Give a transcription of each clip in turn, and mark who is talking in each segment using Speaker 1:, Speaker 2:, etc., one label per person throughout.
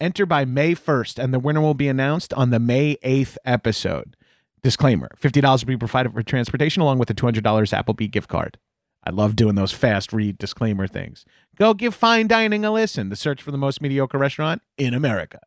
Speaker 1: Enter by May 1st, and the winner will be announced on the May 8th episode. Disclaimer $50 will be provided for transportation along with a $200 Applebee gift card. I love doing those fast read disclaimer things. Go give fine dining a listen, the search for the most mediocre restaurant in America.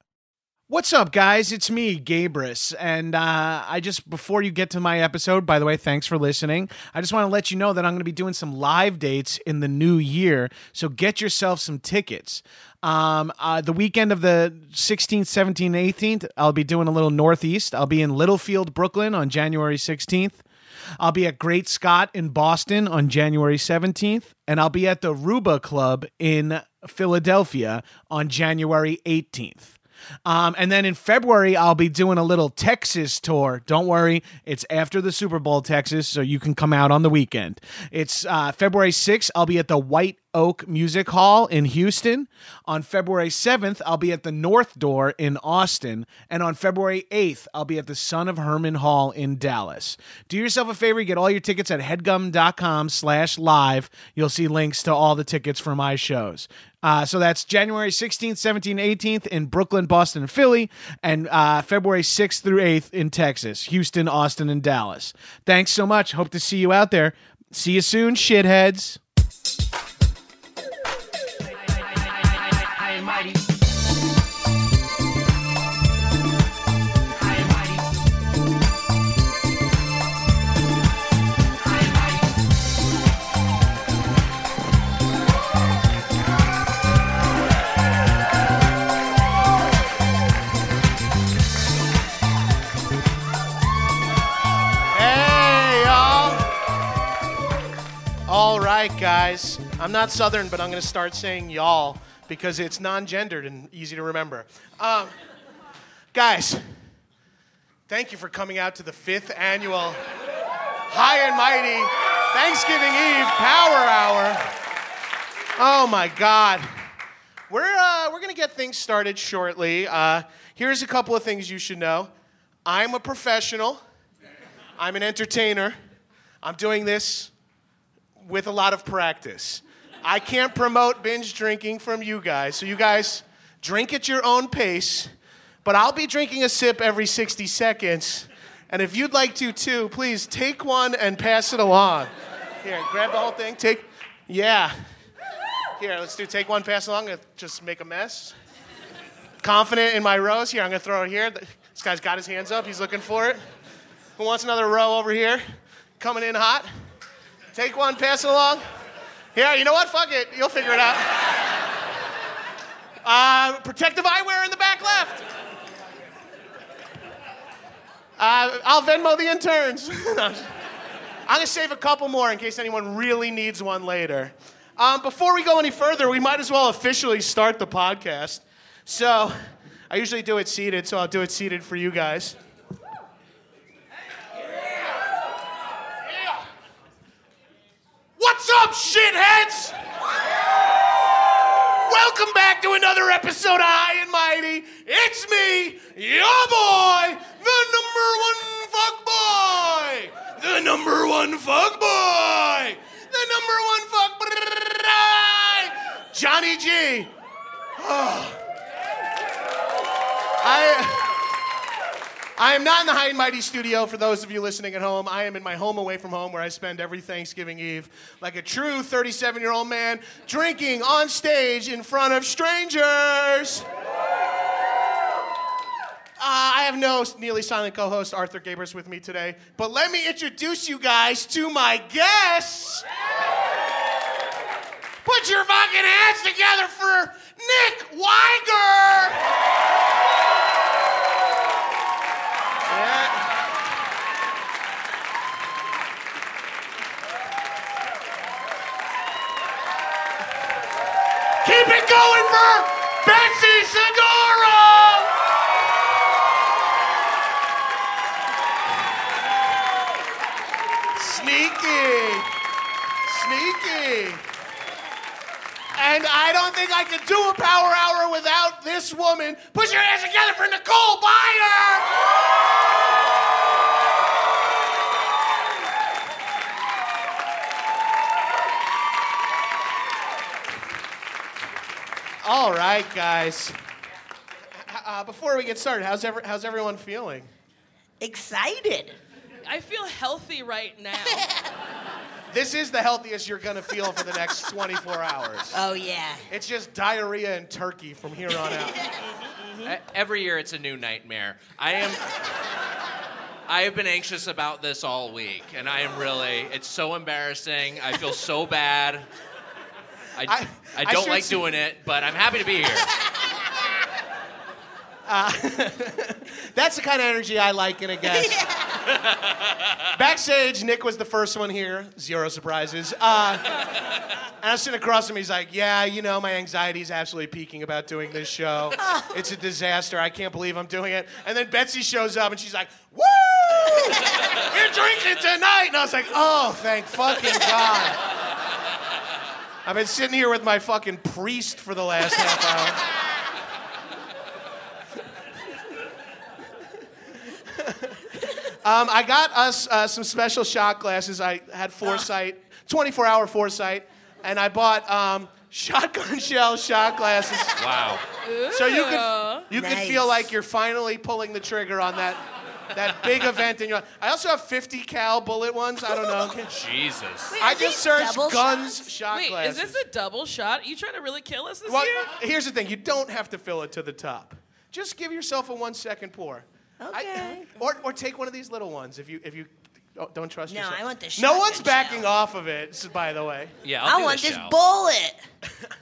Speaker 1: What's up, guys? It's me, Gabris. And uh, I just, before you get to my episode, by the way, thanks for listening. I just want to let you know that I'm going to be doing some live dates in the new year. So get yourself some tickets. Um, uh, the weekend of the 16th, 17th, 18th, I'll be doing a little Northeast. I'll be in Littlefield, Brooklyn on January 16th. I'll be at Great Scott in Boston on January 17th, and I'll be at the Ruba Club in Philadelphia on January 18th. Um, and then in February, I'll be doing a little Texas tour. Don't worry, it's after the Super Bowl, Texas, so you can come out on the weekend. It's uh, February 6th, I'll be at the White Oak Music Hall in Houston. On February 7th, I'll be at the North Door in Austin. And on February 8th, I'll be at the Son of Herman Hall in Dallas. Do yourself a favor, get all your tickets at headgum.com slash live. You'll see links to all the tickets for my shows. Uh, so that's January 16th, 17th, 18th in Brooklyn, Boston, and Philly, and uh, February 6th through 8th in Texas, Houston, Austin, and Dallas. Thanks so much. Hope to see you out there. See you soon, shitheads. Hey, y'all. All right, guys. I'm not Southern, but I'm going to start saying y'all because it's non gendered and easy to remember. Um, guys, thank you for coming out to the fifth annual High and Mighty Thanksgiving Eve Power Hour. Oh, my God. We're, uh, we're going to get things started shortly. Uh, here's a couple of things you should know I'm a professional. I'm an entertainer. I'm doing this with a lot of practice. I can't promote binge drinking from you guys, so you guys drink at your own pace, but I'll be drinking a sip every 60 seconds. And if you'd like to too, please take one and pass it along. Here, grab the whole thing. Take, yeah. Here, let's do take one, pass along, and just make a mess confident in my rows. Here, I'm gonna throw it here. This guy's got his hands up. He's looking for it. Who wants another row over here? Coming in hot. Take one, pass it along. Yeah, you know what? Fuck it. You'll figure it out. Uh, protective eyewear in the back left. Uh, I'll Venmo the interns. I'm gonna save a couple more in case anyone really needs one later. Um, before we go any further, we might as well officially start the podcast. So, I usually do it seated, so I'll do it seated for you guys. What's up, shitheads? Welcome back to another episode of High and Mighty. It's me, your boy, the number one fuck boy, the number one fuck boy, the number one fuck boy, Johnny G. Ah. I I am not in the high and mighty studio for those of you listening at home. I am in my home away from home where I spend every Thanksgiving Eve like a true 37 year old man drinking on stage in front of strangers. Uh, I have no nearly silent co host Arthur Gabers with me today, but let me introduce you guys to my guests. Put your fucking hands together for Nick Weiger! Yeah. Keep it going for Betsy Segura! Sneaky. Sneaky. And I don't think I could do a power hour without this woman. Put your hands together for Nicole Byer! All right, guys. Uh, uh, before we get started, how's, ever, how's everyone feeling?
Speaker 2: Excited.
Speaker 3: I feel healthy right now.
Speaker 1: This is the healthiest you're gonna feel for the next 24 hours.
Speaker 2: Oh yeah.
Speaker 1: It's just diarrhea and turkey from here on out.
Speaker 4: E- Every year it's a new nightmare. I am. I have been anxious about this all week, and I am really. It's so embarrassing. I feel so bad. I,
Speaker 1: I-
Speaker 4: I,
Speaker 1: I
Speaker 4: don't
Speaker 1: should
Speaker 4: like
Speaker 1: s-
Speaker 4: doing it, but I'm happy to be here.
Speaker 1: That's the kind of energy I like in a guest. Backstage, Nick was the first one here. Zero surprises. Uh, and I was sitting across from him. He's like, "Yeah, you know, my anxiety is absolutely peaking about doing this show. It's a disaster. I can't believe I'm doing it." And then Betsy shows up, and she's like, "Woo! We're drinking tonight!" And I was like, "Oh, thank fucking god." I've been sitting here with my fucking priest for the last half hour. Um, I got us uh, some special shot glasses. I had foresight, 24 hour foresight, and I bought um, shotgun shell shot glasses.
Speaker 4: Wow.
Speaker 1: So you can you can
Speaker 2: Nice.
Speaker 1: feel like you're finally pulling the trigger on that that big event in your. I also have 50 cal bullet ones. I don't know.
Speaker 4: Jesus.
Speaker 1: I just searched
Speaker 2: double
Speaker 1: guns
Speaker 2: shots?
Speaker 1: shot
Speaker 3: Wait,
Speaker 1: glasses. Uh,
Speaker 3: is this a double shot? you trying to really kill us this
Speaker 1: well,
Speaker 3: year?
Speaker 1: here's the thing: you don't have to fill it to the top. Just give yourself a one second pour. I-
Speaker 2: Okay.
Speaker 1: or or take one of these little ones if you if you oh, don't trust
Speaker 2: No,
Speaker 1: yourself.
Speaker 2: I want the
Speaker 1: No one's
Speaker 2: shotgun
Speaker 1: backing
Speaker 2: shell.
Speaker 1: off of it. s- By the way,
Speaker 4: Yeah. I'll
Speaker 2: i
Speaker 4: do
Speaker 2: want
Speaker 4: this
Speaker 2: this
Speaker 4: show.
Speaker 2: bullet.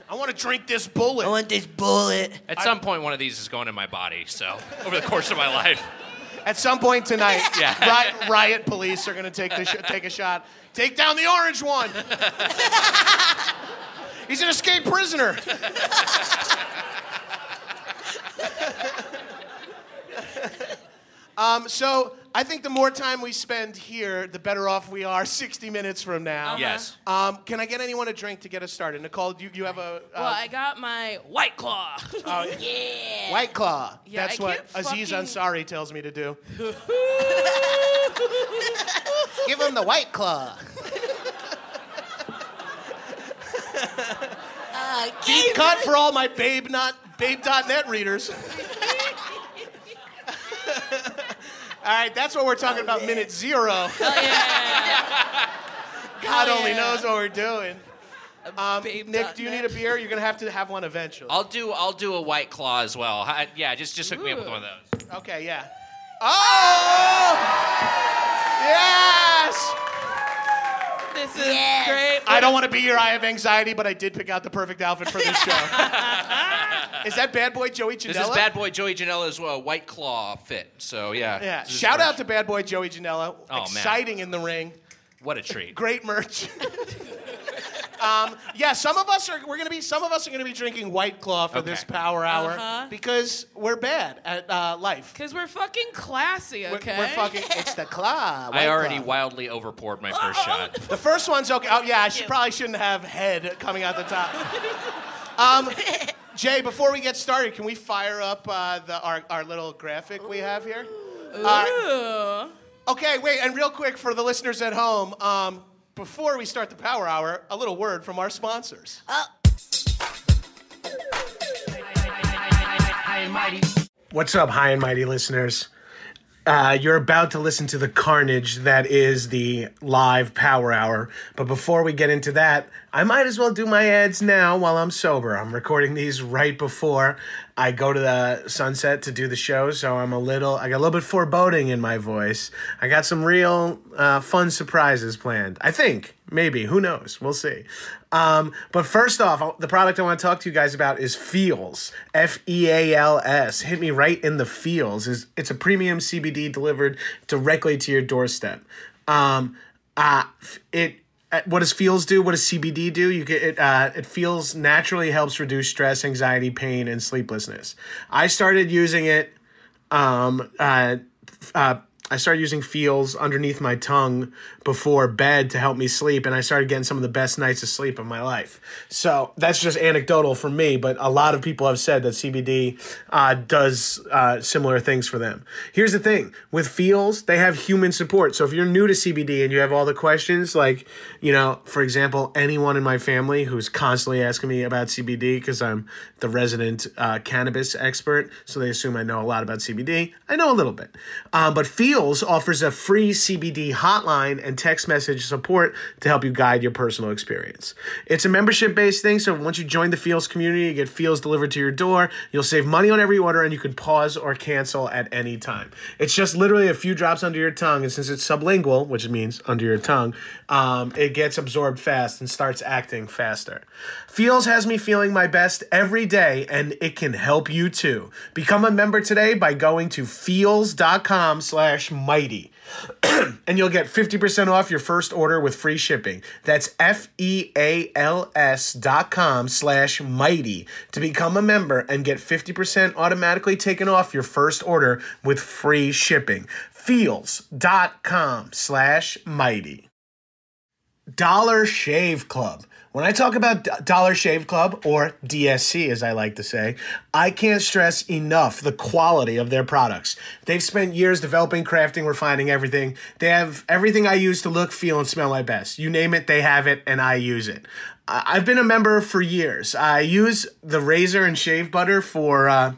Speaker 1: I want to drink this bullet.
Speaker 2: I want this bullet.
Speaker 4: At some point, one of these is going in my body. So over the course of my life.
Speaker 1: At some point tonight,
Speaker 4: Yeah.
Speaker 1: riot, riot police are gonna take this sh- take a shot. Take down the orange one. He's an escaped prisoner. um, so I think the more time we spend here, the better off we are. Sixty minutes from
Speaker 2: Uh-huh.
Speaker 1: now.
Speaker 4: Yes.
Speaker 1: Um, can I get anyone a drink to get us started? Nicole, do you, you have a uh,
Speaker 3: well, I got my white claw.
Speaker 1: White Claw.
Speaker 3: Yeah,
Speaker 1: That's
Speaker 3: I
Speaker 1: what
Speaker 3: can't
Speaker 1: Aziz
Speaker 3: fucking-
Speaker 1: Ansari tells me to do. Give him the White Claw.
Speaker 2: Uh,
Speaker 1: Deep cut for all my babe not babe.net readers. all right, that's what we're talking about minute 0.
Speaker 3: Hell Oh, yeah.
Speaker 1: God
Speaker 3: Hell
Speaker 1: only
Speaker 3: yeah.
Speaker 1: knows what we're doing. Um,
Speaker 3: Babe
Speaker 1: Nick, do you need
Speaker 3: dot
Speaker 1: a beer? You're going to have to have one eventually.
Speaker 4: I'll do. I'll do a white claw as well. Hi- yeah. Just just hook me up with
Speaker 3: Ooh.
Speaker 4: one of those.
Speaker 1: Okay, yeah. Oh! Yes!
Speaker 3: net. This is
Speaker 2: Yes.
Speaker 3: great.
Speaker 1: I don't want to be here. I have anxiety, but I did pick out the perfect outfit for this show. Is that bad boy Joey Janela?
Speaker 4: This is bad boy Joey Janela's uh, white claw fit. So yeah.
Speaker 1: Yeah.
Speaker 4: This is
Speaker 1: Shout
Speaker 4: great.
Speaker 1: out to bad boy Joey Janela.
Speaker 4: Oh, man.
Speaker 1: Exciting in the ring.
Speaker 4: What a treat.
Speaker 1: Great merch. um, yeah, some of us are we're gonna be some of us are gonna be drinking White Claw for
Speaker 4: Okay.
Speaker 1: this power hour
Speaker 3: Uh-huh.
Speaker 1: because we're bad at uh, life.
Speaker 3: Because we're fucking classy,
Speaker 1: We're-
Speaker 3: okay?
Speaker 1: We're, fucking. It's the claw. White
Speaker 4: I already
Speaker 1: Claw.
Speaker 4: wildly overpoured my first shot.
Speaker 1: The first one's okay. Oh yeah, I should, probably shouldn't have head coming out the top. Um, Jay, before we get started, can we fire up uh, the, our, our little graphic we have here? Uh,
Speaker 3: Ooh.
Speaker 1: okay, wait, and real quick for the listeners at home, um, before we start the Power Hour, a little word from our sponsors. What's up, high and mighty listeners?
Speaker 5: Uh, you're about to listen to the carnage that is the live power hour. But before we get into that, I might as well do my ads now while I'm sober. I'm recording these right before I go to the sunset to do the show, so I'm a little, I got a little bit foreboding in my voice. I got some real uh, fun surprises planned. I think, maybe, who knows? We'll see. Um, but first off, the product I want to talk to you guys about is Feels. F E A L S. Hit me right in the feels. It's, it's a premium CBD delivered directly to your doorstep. Um, uh, f- it uh, what does feels do? What does CBD do? You get it. Uh, it feels naturally helps reduce stress, anxiety, pain, and sleeplessness. I started using it um, uh, f- uh, I started using feels underneath my tongue before bed to help me sleep, and I started getting some of the best nights of sleep of my life. So that's just anecdotal for me, but a lot of people have said that CBD uh, does uh, similar things for them. Here's the thing with feels, they have human support. So if you're new to CBD and you have all the questions, like, you know, for example, anyone in my family who's constantly asking me about CBD because I'm the resident uh, cannabis expert, so they assume I know a lot about CBD. I know a little bit. Um, but Feels offers a free CBD hotline and text message support to help you guide your personal experience. It's a membership based thing, so once you join the Feels community, you get Feels delivered to your door. You'll save money on every order, and you can pause or cancel at any time. It's just literally a few drops under your tongue, and since it's sublingual, which means under your tongue, um, it gets absorbed fast and starts acting faster. Feels has me feeling my best every day, and it can help you too. Become a member today by going to feels.com slash mighty, and you'll get 50% off your first order with free shipping. That's E F-E-A-L-S dot com slash mighty to become a member and get 50% automatically taken off your first order with free shipping. Feels.com slash mighty. Dollar Shave Club. When I talk about D- Dollar Shave Club, or DSC as I like to say, I can't stress enough the quality of their products. They've spent years developing, crafting, refining everything. They have everything I use to look, feel, and smell my best. You name it, they have it, and I use it. I- I've been a member for years. I use the razor and shave butter for, uh,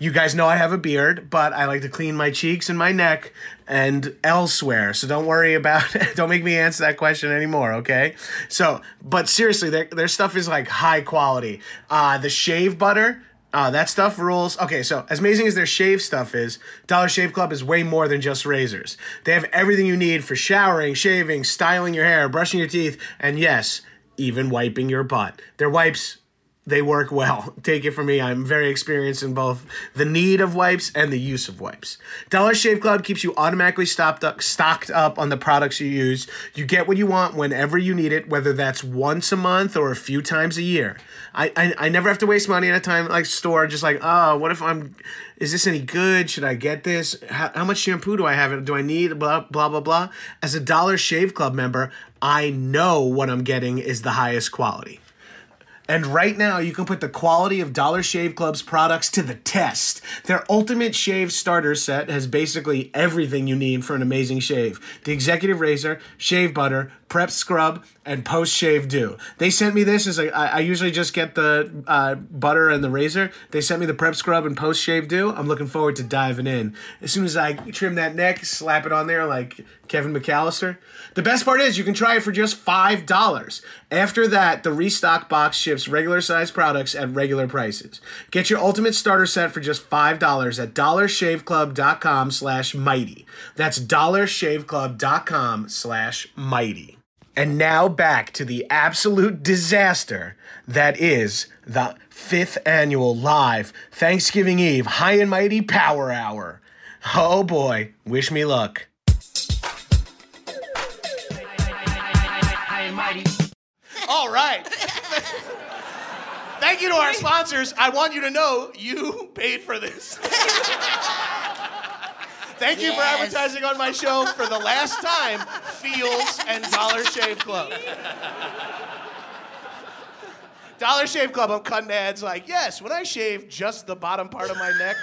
Speaker 5: you guys know I have a beard, but I like to clean my cheeks and my neck and elsewhere. So don't worry about Don't make me answer that question anymore, okay? So, but seriously, their, their stuff is like high quality. Uh, the shave butter, uh, that stuff rules. Okay, so as amazing as their shave stuff is, Dollar Shave Club is way more than just razors. They have everything you need for showering, shaving, styling your hair, brushing your teeth, and yes, even wiping your butt. Their wipes they work well. Take it from me, I'm very experienced in both the need of wipes and the use of wipes. Dollar Shave Club keeps you automatically stopped up, stocked up on the products you use. You get what you want whenever you need it, whether that's once a month or a few times a year. I, I, I never have to waste money at a time like store, just like, oh, what if I'm is this any good? Should I get this? How, how much shampoo do I have? Do I need blah blah blah blah? As a Dollar Shave Club member, I know what I'm getting is the highest quality. And right now, you can put the quality of Dollar Shave Club's products to the test. Their Ultimate Shave Starter Set has basically everything you need for an amazing shave the executive razor, shave butter, prep scrub, and post shave do. They sent me this as a, I, I usually just get the uh, butter and the razor. They sent me the prep scrub and post shave do. I'm looking forward to diving in. As soon as I trim that neck, slap it on there like Kevin McAllister. The best part is you can try it for just five dollars. After that, the restock box ships regular size products at regular prices. Get your ultimate starter set for just five dollars at dollarshaveclub.com slash mighty. That's dollarshaveclub.com slash mighty. And now back to the absolute disaster that is the fifth annual live Thanksgiving Eve High and Mighty Power Hour. Oh boy, wish me luck. All right. Thank you to our sponsors. I want you to know you paid for this. Thank you for
Speaker 1: Yes.
Speaker 5: advertising on my show for the last time, Fields and Dollar Shave Club. Dollar Shave Club, I'm cutting ads like, yes, when I shave just the bottom part of my neck.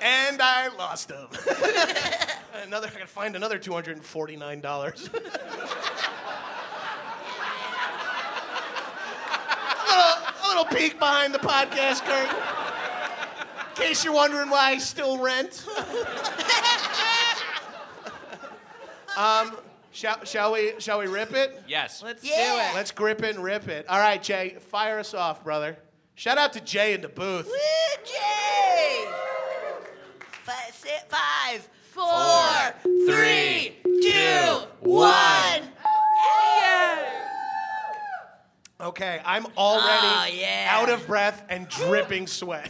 Speaker 5: and I lost them. another, I gotta find another $249. a little peek behind the podcast curtain.
Speaker 1: In case you're wondering why I still rent. um, Um, shall, shall we? Shall we rip it?
Speaker 4: Yes.
Speaker 3: Let's
Speaker 2: Yeah.
Speaker 3: do it.
Speaker 1: Let's grip it and rip it. All right, Jay, fire us off, brother. Shout out to Jay in the booth.
Speaker 2: Woo, Jay! Five, six, five,
Speaker 3: Four,
Speaker 4: three, two,
Speaker 2: one.
Speaker 1: Okay, I'm already
Speaker 3: Ah,
Speaker 2: Oh, yeah.
Speaker 1: out of breath and dripping sweat.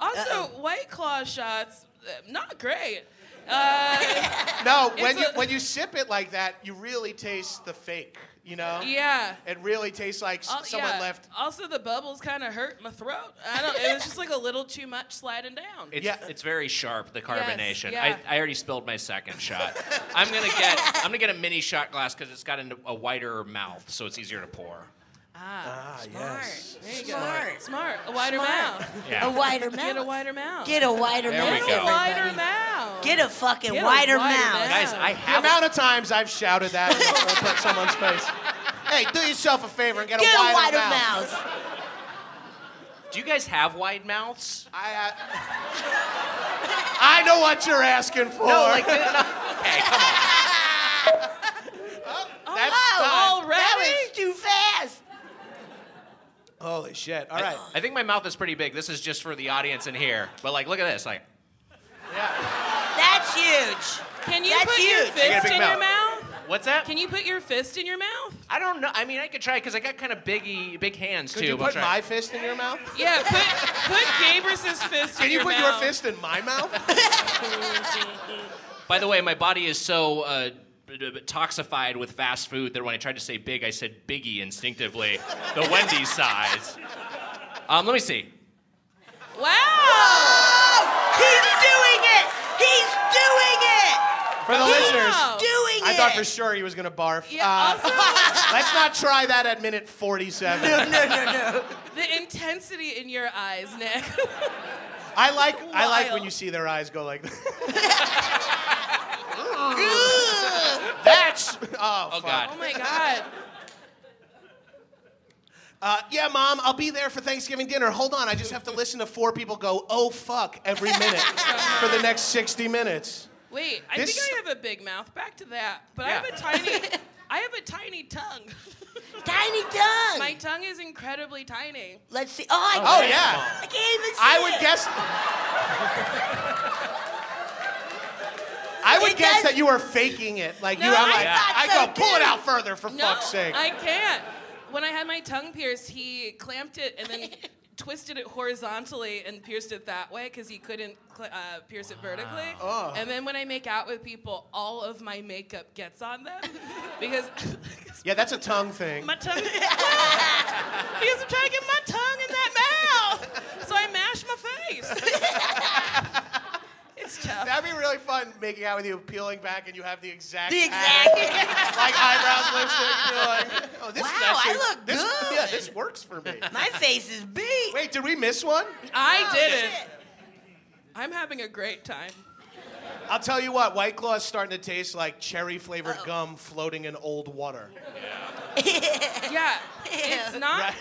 Speaker 3: Also, White Claw shots, uh, not great. Uh,
Speaker 1: no, when
Speaker 3: It's
Speaker 1: you
Speaker 3: a-
Speaker 1: when you sip it like that, you really taste the fake. You know?
Speaker 3: yeah.
Speaker 1: It really tastes like s-
Speaker 3: Al-
Speaker 1: someone
Speaker 3: yeah.
Speaker 1: left.
Speaker 3: Also, the bubbles kind of hurt my throat. I don't. It was just like a little too much sliding down.
Speaker 4: It's,
Speaker 1: Yeah.
Speaker 4: it's very sharp, the carbonation.
Speaker 3: yeah.
Speaker 4: I, I already spilled my second shot. I'm gonna get I'm gonna get a mini shot glass because it's got a, a wider mouth, so it's easier to pour.
Speaker 3: ah,
Speaker 2: Smart.
Speaker 3: smart. Smart. A wider
Speaker 2: Smart.
Speaker 3: mouth.
Speaker 4: Yeah.
Speaker 2: A wider mouth.
Speaker 3: Get a wider mouth.
Speaker 2: Get a wider
Speaker 4: There
Speaker 2: mouth.
Speaker 4: we go.
Speaker 3: a wider
Speaker 2: everybody.
Speaker 3: mouth.
Speaker 2: Get a fucking
Speaker 3: Get a
Speaker 2: wider,
Speaker 3: wider
Speaker 2: mouth.
Speaker 3: mouth.
Speaker 4: Guys, I
Speaker 1: The
Speaker 4: have
Speaker 1: amount of times I've shouted that in front of someone's face. Hey, do yourself a favor and get,
Speaker 2: Get
Speaker 1: a wider,
Speaker 2: mouth.
Speaker 4: Do you guys have wide mouths?
Speaker 1: I, uh, I know what you're asking for.
Speaker 4: No, like no. Okay, come on.
Speaker 1: That's
Speaker 2: Oh,
Speaker 1: done.
Speaker 2: that
Speaker 3: already?
Speaker 2: was too fast.
Speaker 1: Holy shit! All right.
Speaker 4: I think my mouth is pretty big. This is just for the audience in here. But like, look at this. Like,
Speaker 2: That's huge.
Speaker 3: Can you
Speaker 2: That's
Speaker 3: put your
Speaker 2: huge. You
Speaker 4: get a
Speaker 3: fist
Speaker 4: big
Speaker 3: in your mouth?
Speaker 4: what's that?
Speaker 3: Can you put your fist in your mouth?
Speaker 4: I don't know. I mean, I could try because I got kind of biggy, big hands
Speaker 1: Could
Speaker 4: too.
Speaker 1: you
Speaker 4: but I'll
Speaker 1: put
Speaker 4: try.
Speaker 1: my fist in your mouth?
Speaker 3: Yeah. Put put Gabrus's fist.
Speaker 1: Can
Speaker 3: in
Speaker 1: you
Speaker 3: your
Speaker 1: put
Speaker 3: mouth.
Speaker 1: your fist in my mouth?
Speaker 4: By the way, my body is so uh, b- b- toxified with fast food that when I tried to say big, I said biggie instinctively, the Wendy's size. Um, let me see.
Speaker 3: Wow.
Speaker 2: Oh, He's doing it. He's doing it.
Speaker 1: For the listeners,
Speaker 3: Wow.
Speaker 2: Doing it.
Speaker 1: I thought for sure he was gonna barf.
Speaker 3: Yeah.
Speaker 1: Uh,
Speaker 3: also,
Speaker 1: let's not try that at minute 47.
Speaker 3: the intensity in your eyes, Nick.
Speaker 1: I like I like when
Speaker 3: Wild.
Speaker 1: you see their eyes go like. That's oh, fuck.
Speaker 3: oh
Speaker 4: Oh God.
Speaker 3: my God.
Speaker 1: Uh, yeah, mom, I'll be there for Thanksgiving dinner. Hold on, I just have to listen to four people go oh fuck every minute for the next 60 minutes.
Speaker 3: Wait. I
Speaker 1: This-
Speaker 3: think I have a big mouth. Back to that. But I
Speaker 4: Yeah.
Speaker 3: have a tiny. I have a tiny tongue.
Speaker 2: Tiny tongue.
Speaker 3: My tongue is incredibly tiny.
Speaker 2: Let's see. Oh, I
Speaker 1: Oh
Speaker 2: can't,
Speaker 1: yeah,
Speaker 2: I can't even see
Speaker 1: I would
Speaker 2: it.
Speaker 1: guess. I would
Speaker 2: It
Speaker 1: guess
Speaker 2: does-
Speaker 1: that you are faking it. Like you,
Speaker 3: No,
Speaker 1: I'm like,
Speaker 3: I
Speaker 4: thought
Speaker 1: I
Speaker 2: so,
Speaker 1: go pull it
Speaker 2: too.
Speaker 1: out further for
Speaker 3: No,
Speaker 1: fuck's sake.
Speaker 3: I can't. When I had my tongue pierced, he clamped it and then twisted it horizontally and pierced it that way because he couldn't cl- uh, pierce it vertically. And then when I make out with people, all of my makeup gets on them because
Speaker 1: yeah, that's a tongue thing.
Speaker 3: my tongue. because I'm trying to get my tongue in that mouth, so I mash my face. it's tough.
Speaker 1: That'd be really fun making out with you, peeling back, and you have the exact
Speaker 2: the
Speaker 1: pattern.
Speaker 2: exact.
Speaker 1: like eyebrows lifted. Peeling. Oh, this is
Speaker 2: Wow, I
Speaker 1: actually,
Speaker 2: look
Speaker 1: this,
Speaker 2: good.
Speaker 1: Yeah, this works for me.
Speaker 2: My face is big.
Speaker 1: Wait, did we miss one?
Speaker 3: I
Speaker 2: Oh,
Speaker 3: did it.
Speaker 2: shit.
Speaker 3: I'm having a great time.
Speaker 1: I'll tell you what, White Claw is starting to taste like cherry flavored gum floating in old water.
Speaker 3: Yeah, it's not.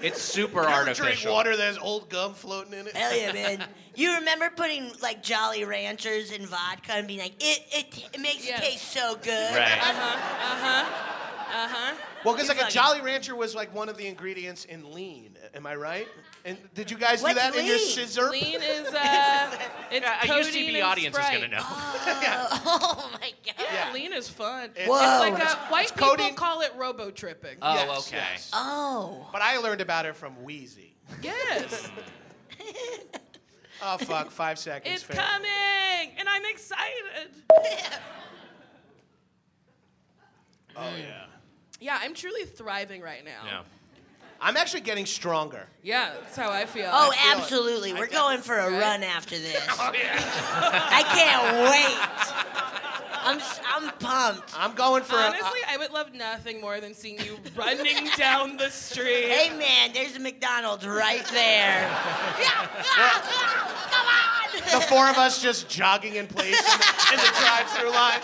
Speaker 4: It's super
Speaker 1: You ever drink
Speaker 4: artificial.
Speaker 1: water that has old gum floating in it?
Speaker 2: Hell yeah, man. You remember putting like Jolly Ranchers in vodka and being like, it it, it makes
Speaker 3: Yes.
Speaker 2: it taste so good.
Speaker 4: Right. Uh,
Speaker 3: Uh-huh.
Speaker 1: Well, because like a
Speaker 2: like-
Speaker 1: Jolly Rancher was like one of the ingredients in lean. Am I right? And did you guys
Speaker 2: What's
Speaker 1: do that in your
Speaker 2: lean?
Speaker 1: scissor?
Speaker 3: Lean is uh, it's
Speaker 4: Yeah, a
Speaker 3: codeine
Speaker 4: UCB
Speaker 3: and
Speaker 4: audience is
Speaker 3: Sprite.
Speaker 4: gonna know.
Speaker 3: uh,
Speaker 2: Oh, oh my god.
Speaker 3: Yeah,
Speaker 1: Yeah.
Speaker 3: lean is fun.
Speaker 2: Whoa.
Speaker 3: It's like uh white people
Speaker 1: codeine-
Speaker 3: call it robo tripping.
Speaker 4: Oh,
Speaker 1: Yes,
Speaker 4: okay.
Speaker 1: yes.
Speaker 2: Oh.
Speaker 1: But I learned about it from Wheezy.
Speaker 3: yes,
Speaker 1: Oh fuck, five seconds.
Speaker 3: it's
Speaker 1: fam.
Speaker 3: coming, and I'm excited.
Speaker 1: Oh yeah.
Speaker 3: Yeah, I'm truly thriving right now.
Speaker 4: Yeah.
Speaker 1: I'm actually getting stronger.
Speaker 3: Yeah, that's how I feel.
Speaker 2: Oh,
Speaker 3: I-
Speaker 2: absolutely. We're going for a run after this.
Speaker 1: Oh,
Speaker 4: yeah.
Speaker 2: I can't wait. I'm s- I'm pumped.
Speaker 1: I'm going for a-
Speaker 3: honestly, I would love nothing more than seeing you running down the street.
Speaker 2: Hey man, there's a McDonald's right there. Yeah, ah, ah,
Speaker 1: uh, the
Speaker 2: Come on.
Speaker 1: four of us just jogging in place in the, in the drive-through line.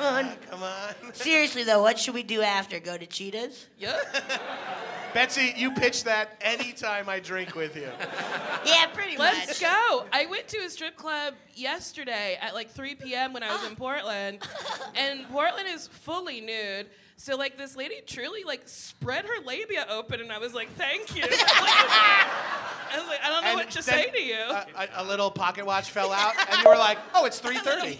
Speaker 2: on.
Speaker 1: Come on.
Speaker 2: Seriously though, what should we do after? Go to Cheetahs?
Speaker 3: Yeah.
Speaker 1: Betsy, you pitch that anytime I drink with you.
Speaker 2: Yeah, pretty
Speaker 3: Let's
Speaker 2: much.
Speaker 3: go. I went to a strip club yesterday at like 3 p.m. when I was in Portland, and Portland is fully nude. So like this lady truly like spread her labia open, and I was like, "Thank you." I was like, "I don't know
Speaker 1: And
Speaker 3: what to
Speaker 1: then uh,
Speaker 3: say to you."
Speaker 1: A, a, a little pocket watch fell out, and you were like, "Oh, it's 3:30."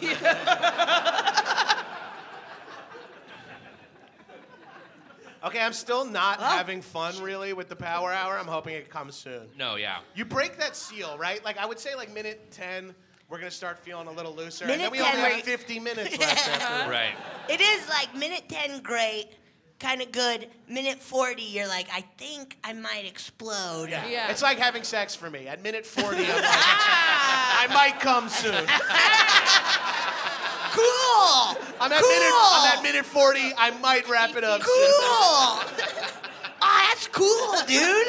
Speaker 1: okay, I'm still not having fun really with the Power Hour. I'm hoping it comes soon.
Speaker 4: No, yeah.
Speaker 1: You break that seal, right? Like I would say, like minute 10, we're gonna start feeling a little looser, and then
Speaker 2: Minute
Speaker 1: we
Speaker 2: 10,
Speaker 1: only have
Speaker 2: right?
Speaker 1: 50 minutes left.
Speaker 3: Uh-huh.
Speaker 1: After.
Speaker 4: Right.
Speaker 2: It is like minute 10 great, kind of good. Minute 40 you're like, "I think I might explode."
Speaker 1: Yeah.
Speaker 3: Yeah.
Speaker 1: It's like having sex for me. At minute 40, I'm like, I might come soon.
Speaker 2: Cool.
Speaker 1: I'm at,
Speaker 2: cool.
Speaker 1: minute, I'm at minute 40. I might wrap it up. soon.
Speaker 2: Cool. oh, that's cool, dude.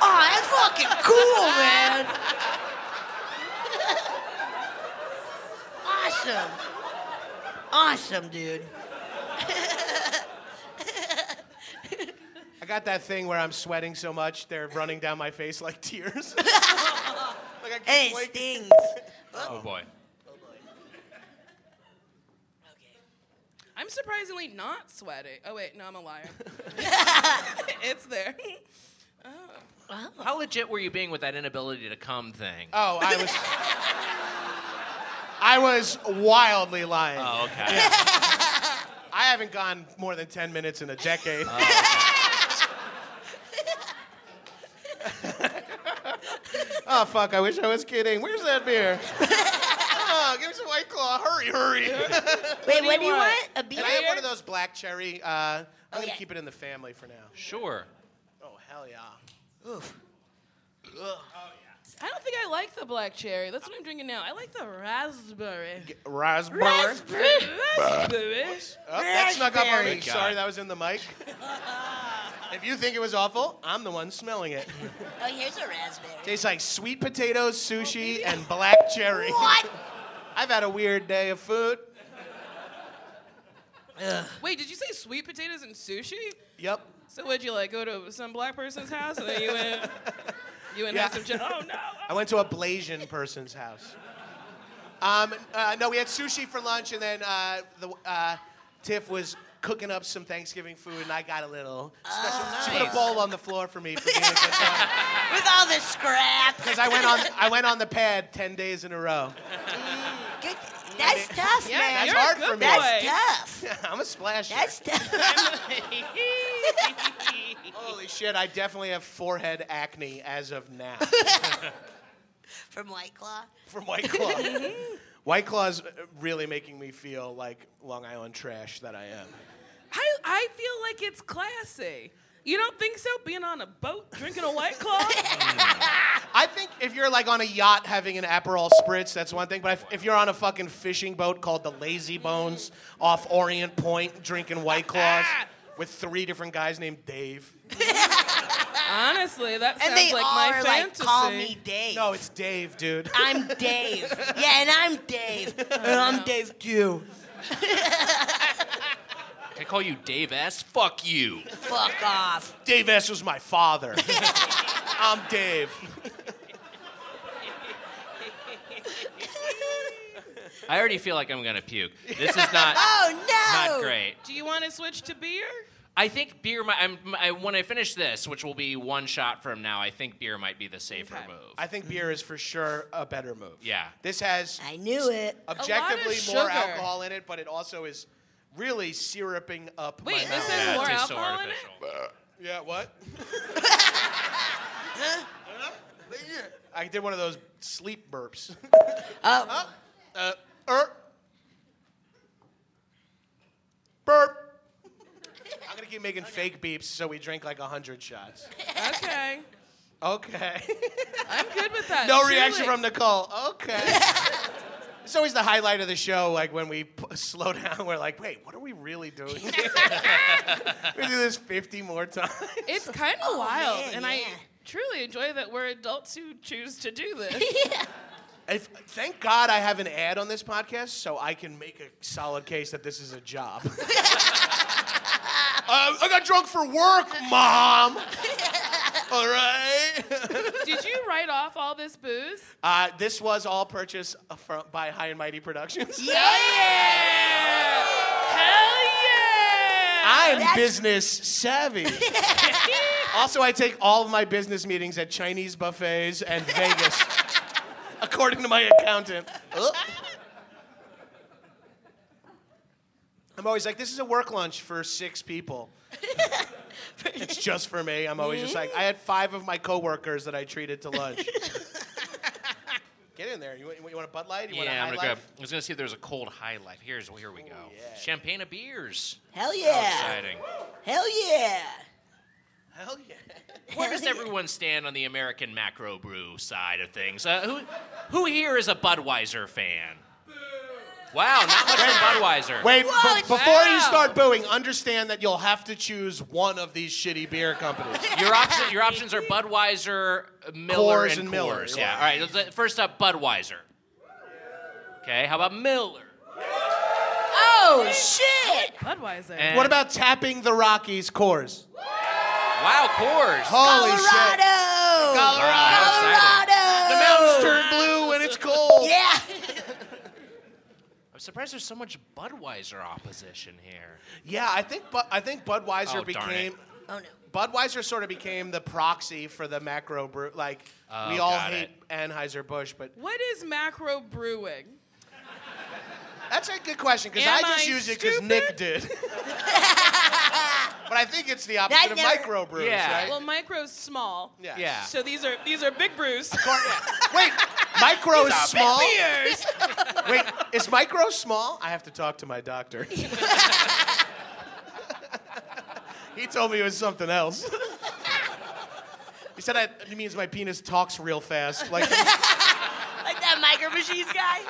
Speaker 2: Oh, that's fucking cool, man. Awesome. Awesome, dude.
Speaker 1: I got that thing where I'm sweating so much, they're running down my face like tears. like I
Speaker 2: Hey,
Speaker 1: can't blink.
Speaker 2: stings.
Speaker 4: Oh boy.
Speaker 3: I'm surprisingly not sweating. Oh wait, no, I'm a liar. it's there.
Speaker 4: How legit were you being with that inability to come thing?
Speaker 1: Oh, I was. I was wildly lying.
Speaker 4: Oh, okay.
Speaker 1: I haven't gone more than 10 minutes in a decade. oh, fuck, I wish I was kidding. Where's that beer? oh, give me some White Claw. Hurry, hurry.
Speaker 2: Wait, what do you want? A
Speaker 1: Can I have
Speaker 2: beer?
Speaker 1: one of those black cherry? Uh, I'm going
Speaker 2: yeah.
Speaker 1: to keep it in the family for now.
Speaker 4: Sure.
Speaker 1: Oh, hell yeah.
Speaker 3: I don't think I like the black cherry. That's what I'm drinking now. I like the raspberry.
Speaker 1: Raspberry.
Speaker 3: raspberry.
Speaker 1: Oh, that snuck up on me.
Speaker 4: Good God.
Speaker 1: Sorry, that was in the mic. if you think it was awful, I'm the one smelling it.
Speaker 2: Oh, here's a raspberry.
Speaker 1: Tastes like sweet potatoes, sushi, and black cherry.
Speaker 2: What?
Speaker 1: I've had a weird day of food.
Speaker 3: Wait, did you say sweet potatoes and sushi?
Speaker 1: Yep.
Speaker 3: So would you like go to some black person's house and then you went you went
Speaker 1: Yeah.
Speaker 3: have some ch- oh no.
Speaker 1: I went to a Blasian person's house. Um, uh, no, we had sushi for lunch, and then uh, the, uh, Tiff was cooking up some Thanksgiving food, and I got a little special. She put a
Speaker 4: nice.
Speaker 1: bowl on the floor for me for being a good boy.
Speaker 2: With all the scraps.
Speaker 1: Because I went on, I went on the pad ten days in a row.
Speaker 2: Good. That's tough,
Speaker 3: Yeah,
Speaker 2: man.
Speaker 3: you're
Speaker 1: hard
Speaker 3: a good
Speaker 1: for me.
Speaker 2: That's
Speaker 3: boy.
Speaker 2: tough.
Speaker 1: I'm a splasher.
Speaker 2: That's tough.
Speaker 1: Holy shit! I definitely have forehead acne as of now
Speaker 2: From White Claw.
Speaker 1: from White Claw. White Claw's really making me feel like Long Island trash that I am.
Speaker 3: I I feel like it's classy. You don't think so? Being on a boat drinking a white claw?
Speaker 1: I think if you're like on a yacht having an Aperol spritz, that's one thing. But if, if you're on a fucking fishing boat called the Lazy Bones off Orient Point, drinking White Claws with three different guys named Dave.
Speaker 3: Honestly, that
Speaker 2: And
Speaker 3: sounds
Speaker 2: they
Speaker 3: like
Speaker 2: all
Speaker 3: my
Speaker 2: are like,
Speaker 3: fantasy.
Speaker 2: call me Dave.
Speaker 1: No, it's Dave, dude.
Speaker 2: I'm Dave. Yeah, and I'm Dave. And I'm Dave too.
Speaker 4: Can I call you Dave S? Fuck you.
Speaker 2: Fuck off.
Speaker 1: Dave S was my father. I'm Dave.
Speaker 4: I already feel like I'm gonna puke. This is not
Speaker 2: Oh no.
Speaker 4: not great.
Speaker 3: Do you want to switch to beer?
Speaker 4: I think beer. Might, I'm, I, when I finish this, which will be one shot from now, I think beer might be the safer move.
Speaker 1: I think beer is for sure a better move.
Speaker 4: Yeah.
Speaker 1: This has
Speaker 2: I knew it.
Speaker 1: objectively
Speaker 3: A lot
Speaker 1: more
Speaker 3: of sugar.
Speaker 1: alcohol in it, but it also is really syruping up
Speaker 3: Wait,
Speaker 1: my mouth.
Speaker 3: this is-
Speaker 4: yeah,
Speaker 3: more
Speaker 4: it tastes so
Speaker 3: alcohol in it?
Speaker 4: artificial.
Speaker 1: Yeah, what? I did one of those sleep burps.
Speaker 2: Oh,
Speaker 1: Uh, er. Burp. I'm gonna keep making fake beeps so we drink like hundred shots.
Speaker 3: Okay.
Speaker 1: Okay.
Speaker 3: I'm good with that.
Speaker 1: no
Speaker 3: Truly.
Speaker 1: reaction from Nicole. Okay. it's always the highlight of the show, like when we p- slow down, we're like, wait, what are we really doing? we do this 50 more times.
Speaker 3: It's kind of wild,
Speaker 2: man,
Speaker 3: and I
Speaker 2: Oh, yeah.
Speaker 3: truly enjoy that we're adults who choose to do this.
Speaker 1: If, thank God I have an ad on this podcast so I can make a solid case that this is a job. Uh, I got drunk for work, Mom. All right.
Speaker 3: Did you write off all this booze?
Speaker 1: Uh, this was all purchased from, by High and Mighty Productions.
Speaker 3: yeah! Hell
Speaker 1: I'm
Speaker 2: That's-
Speaker 1: business savvy. also, I take all of my business meetings at Chinese buffets and Vegas, according to my accountant. Oh. I'm always like, this is a work lunch for six people. it's just for me. I'm always just like, I had five of my coworkers that I treated to lunch. Get in there. You, want- you want a Bud Light? You want a
Speaker 4: Yeah, I'm
Speaker 1: High
Speaker 4: gonna go.
Speaker 1: Life?
Speaker 4: I was gonna see if there was a cold highlight. Here's here we go. Champagne of beers.
Speaker 2: Hell
Speaker 4: How
Speaker 2: yeah.
Speaker 4: exciting.
Speaker 2: Hell yeah.
Speaker 1: Hell yeah.
Speaker 4: Where does everyone stand on the American macro brew side of things? Uh, who, who here is a Budweiser fan? Wow, not much for Budweiser.
Speaker 1: Wait,
Speaker 2: Whoa,
Speaker 1: b-
Speaker 2: it's-
Speaker 1: before you
Speaker 3: Wow.
Speaker 1: start booing, understand that you'll have to choose one of these shitty beer companies.
Speaker 4: Your, option, your options are Budweiser, Miller,
Speaker 1: Coors
Speaker 4: and,
Speaker 1: and Miller,
Speaker 4: Coors.
Speaker 1: yeah.
Speaker 4: Yeah. All right. let's- let- First up, Budweiser. Okay. How about Miller?
Speaker 2: Oh shit.
Speaker 3: yeah! Budweiser.
Speaker 4: And-
Speaker 1: What about tapping the Rockies cores?
Speaker 4: Wow, Coors?
Speaker 1: Holy shit.
Speaker 2: Colorado.
Speaker 1: Colorado.
Speaker 4: Wow, exciting.
Speaker 2: Colorado.
Speaker 1: The mountains turn blue and it's cold.
Speaker 2: Yeah.
Speaker 4: I'm surprised there's so much Budweiser opposition here.
Speaker 1: Yeah, I think Bu- I think Budweiser
Speaker 4: Oh, darn it.
Speaker 1: became
Speaker 2: Oh no.
Speaker 1: Budweiser sort of became the proxy for the macro brew. Like
Speaker 4: Oh,
Speaker 1: we all
Speaker 4: got
Speaker 1: hate Anheuser Busch, but
Speaker 3: What is macro brewing?
Speaker 1: that's a good question because I
Speaker 3: Am
Speaker 1: just
Speaker 3: I
Speaker 1: use it because
Speaker 3: stupid?
Speaker 1: Nick did. but I think it's the opposite of
Speaker 2: never-
Speaker 1: micro brews,
Speaker 4: Yeah.
Speaker 1: right?
Speaker 3: Well, micro's small.
Speaker 1: Yeah.
Speaker 4: Yeah.
Speaker 3: So these are these are big brews.
Speaker 1: Cor- yeah. Wait, micro is small. Wait, is micro small? I have to talk to my doctor. he told me it was something else. he said I, he means my penis talks real fast. Like I
Speaker 2: Like that micro machines guy.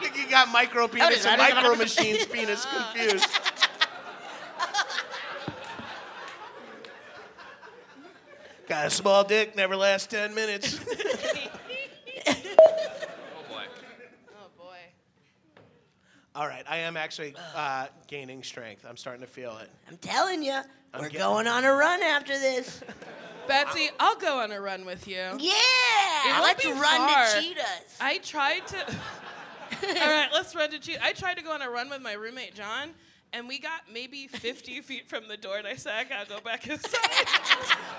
Speaker 1: think he got micro penis and micro machines penis confused. Got a small dick, never lasts ten minutes.
Speaker 4: Oh boy.
Speaker 3: Oh boy.
Speaker 1: All right, I am actually uh, gaining strength. I'm starting to feel it.
Speaker 2: I'm telling you, we're
Speaker 1: getting-
Speaker 2: going on a run after this.
Speaker 3: Betsy, I'll go on a run with you.
Speaker 2: Yeah.
Speaker 3: won't
Speaker 2: Let's
Speaker 3: be
Speaker 2: run to
Speaker 3: far.
Speaker 2: cheetahs.
Speaker 3: I tried to. All right, let's run to cheat. I tried to go on a run with my roommate John, and we got maybe 50 feet from the door, and I said, "I gotta go back inside."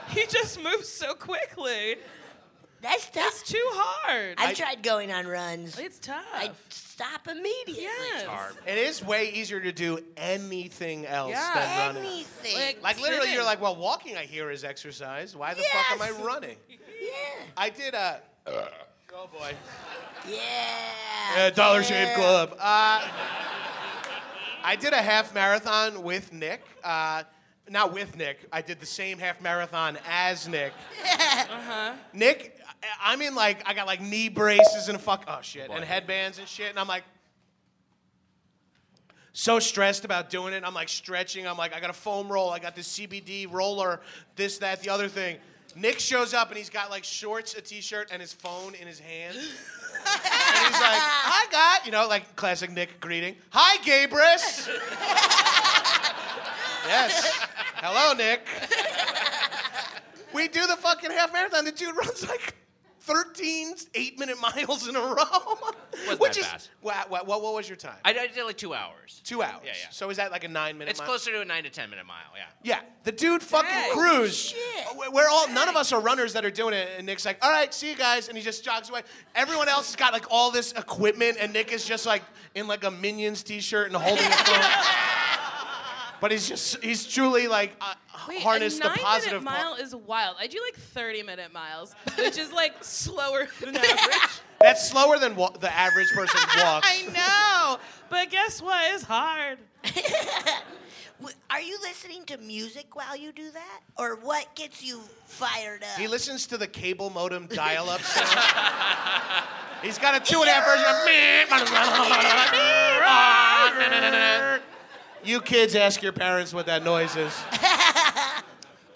Speaker 3: he just moves so quickly.
Speaker 2: That's
Speaker 3: It's
Speaker 2: tough.
Speaker 3: too hard.
Speaker 2: I've tried going on runs.
Speaker 3: it's tough.
Speaker 2: I stop immediately.
Speaker 3: yes.
Speaker 4: Hard.
Speaker 1: It is way easier to do anything else
Speaker 3: Yeah.
Speaker 1: than running.
Speaker 2: Anything.
Speaker 1: Like literally,
Speaker 3: sitting.
Speaker 1: you're like, well, walking I hear is exercise. Why the fuck am
Speaker 2: Yes.
Speaker 1: I running?
Speaker 2: yeah.
Speaker 1: I did a. Go boy.
Speaker 2: Yeah.
Speaker 1: Uh, Dollar Shave
Speaker 2: yeah.
Speaker 1: Club. Uh, I did a half marathon with Nick. Uh, not with Nick. I did the same half marathon as Nick. Nick, I- I'm in like I got like knee braces and a fuck oh shit and headbands and shit, and I'm like so stressed about doing it. I'm like stretching. I'm like I got a foam roll. I got this CBD roller. This, that, the other thing. Nick shows up and he's got like shorts, a t-shirt, and his phone in his hand. and he's like, "Hi, God," you know, like classic Nick greeting. "Hi, Gabrus." yes. Hello, Nick. We do the fucking half marathon. The dude runs like 13 eight minute miles in a row.
Speaker 4: Wasn't
Speaker 1: Which
Speaker 4: that
Speaker 1: is
Speaker 4: fast.
Speaker 1: What, what, what was your time?
Speaker 4: I, I did like two hours.
Speaker 1: Two hours.
Speaker 4: Yeah, yeah.
Speaker 1: So is that like a nine minute
Speaker 4: It's
Speaker 1: mile?
Speaker 4: closer to a nine to ten minute mile. Yeah.
Speaker 1: Yeah. The dude fucking
Speaker 3: Dang.
Speaker 1: cruised.
Speaker 2: Shit.
Speaker 1: We're- We're all, none of us are runners that are doing it. And Nick's like, all right, see you guys. And he just jogs away. Everyone else has got like all this equipment. And Nick is just like in like a Minions t shirt and holding a phone. But he's just, he's truly like uh,
Speaker 3: Wait,
Speaker 1: harnessed
Speaker 3: a
Speaker 1: the
Speaker 3: nine
Speaker 1: positive
Speaker 3: minute mile
Speaker 1: part.
Speaker 3: is wild. I do like 30 minute miles, which is like slower than average.
Speaker 1: That's slower than wa- the average person walks.
Speaker 3: I know, but guess what? It's hard.
Speaker 2: W- Are you listening to music while you do that, or what gets you fired up?
Speaker 1: He listens to the cable modem dial up sound. He's got a two and a half version of. You kids ask your parents what that noise is.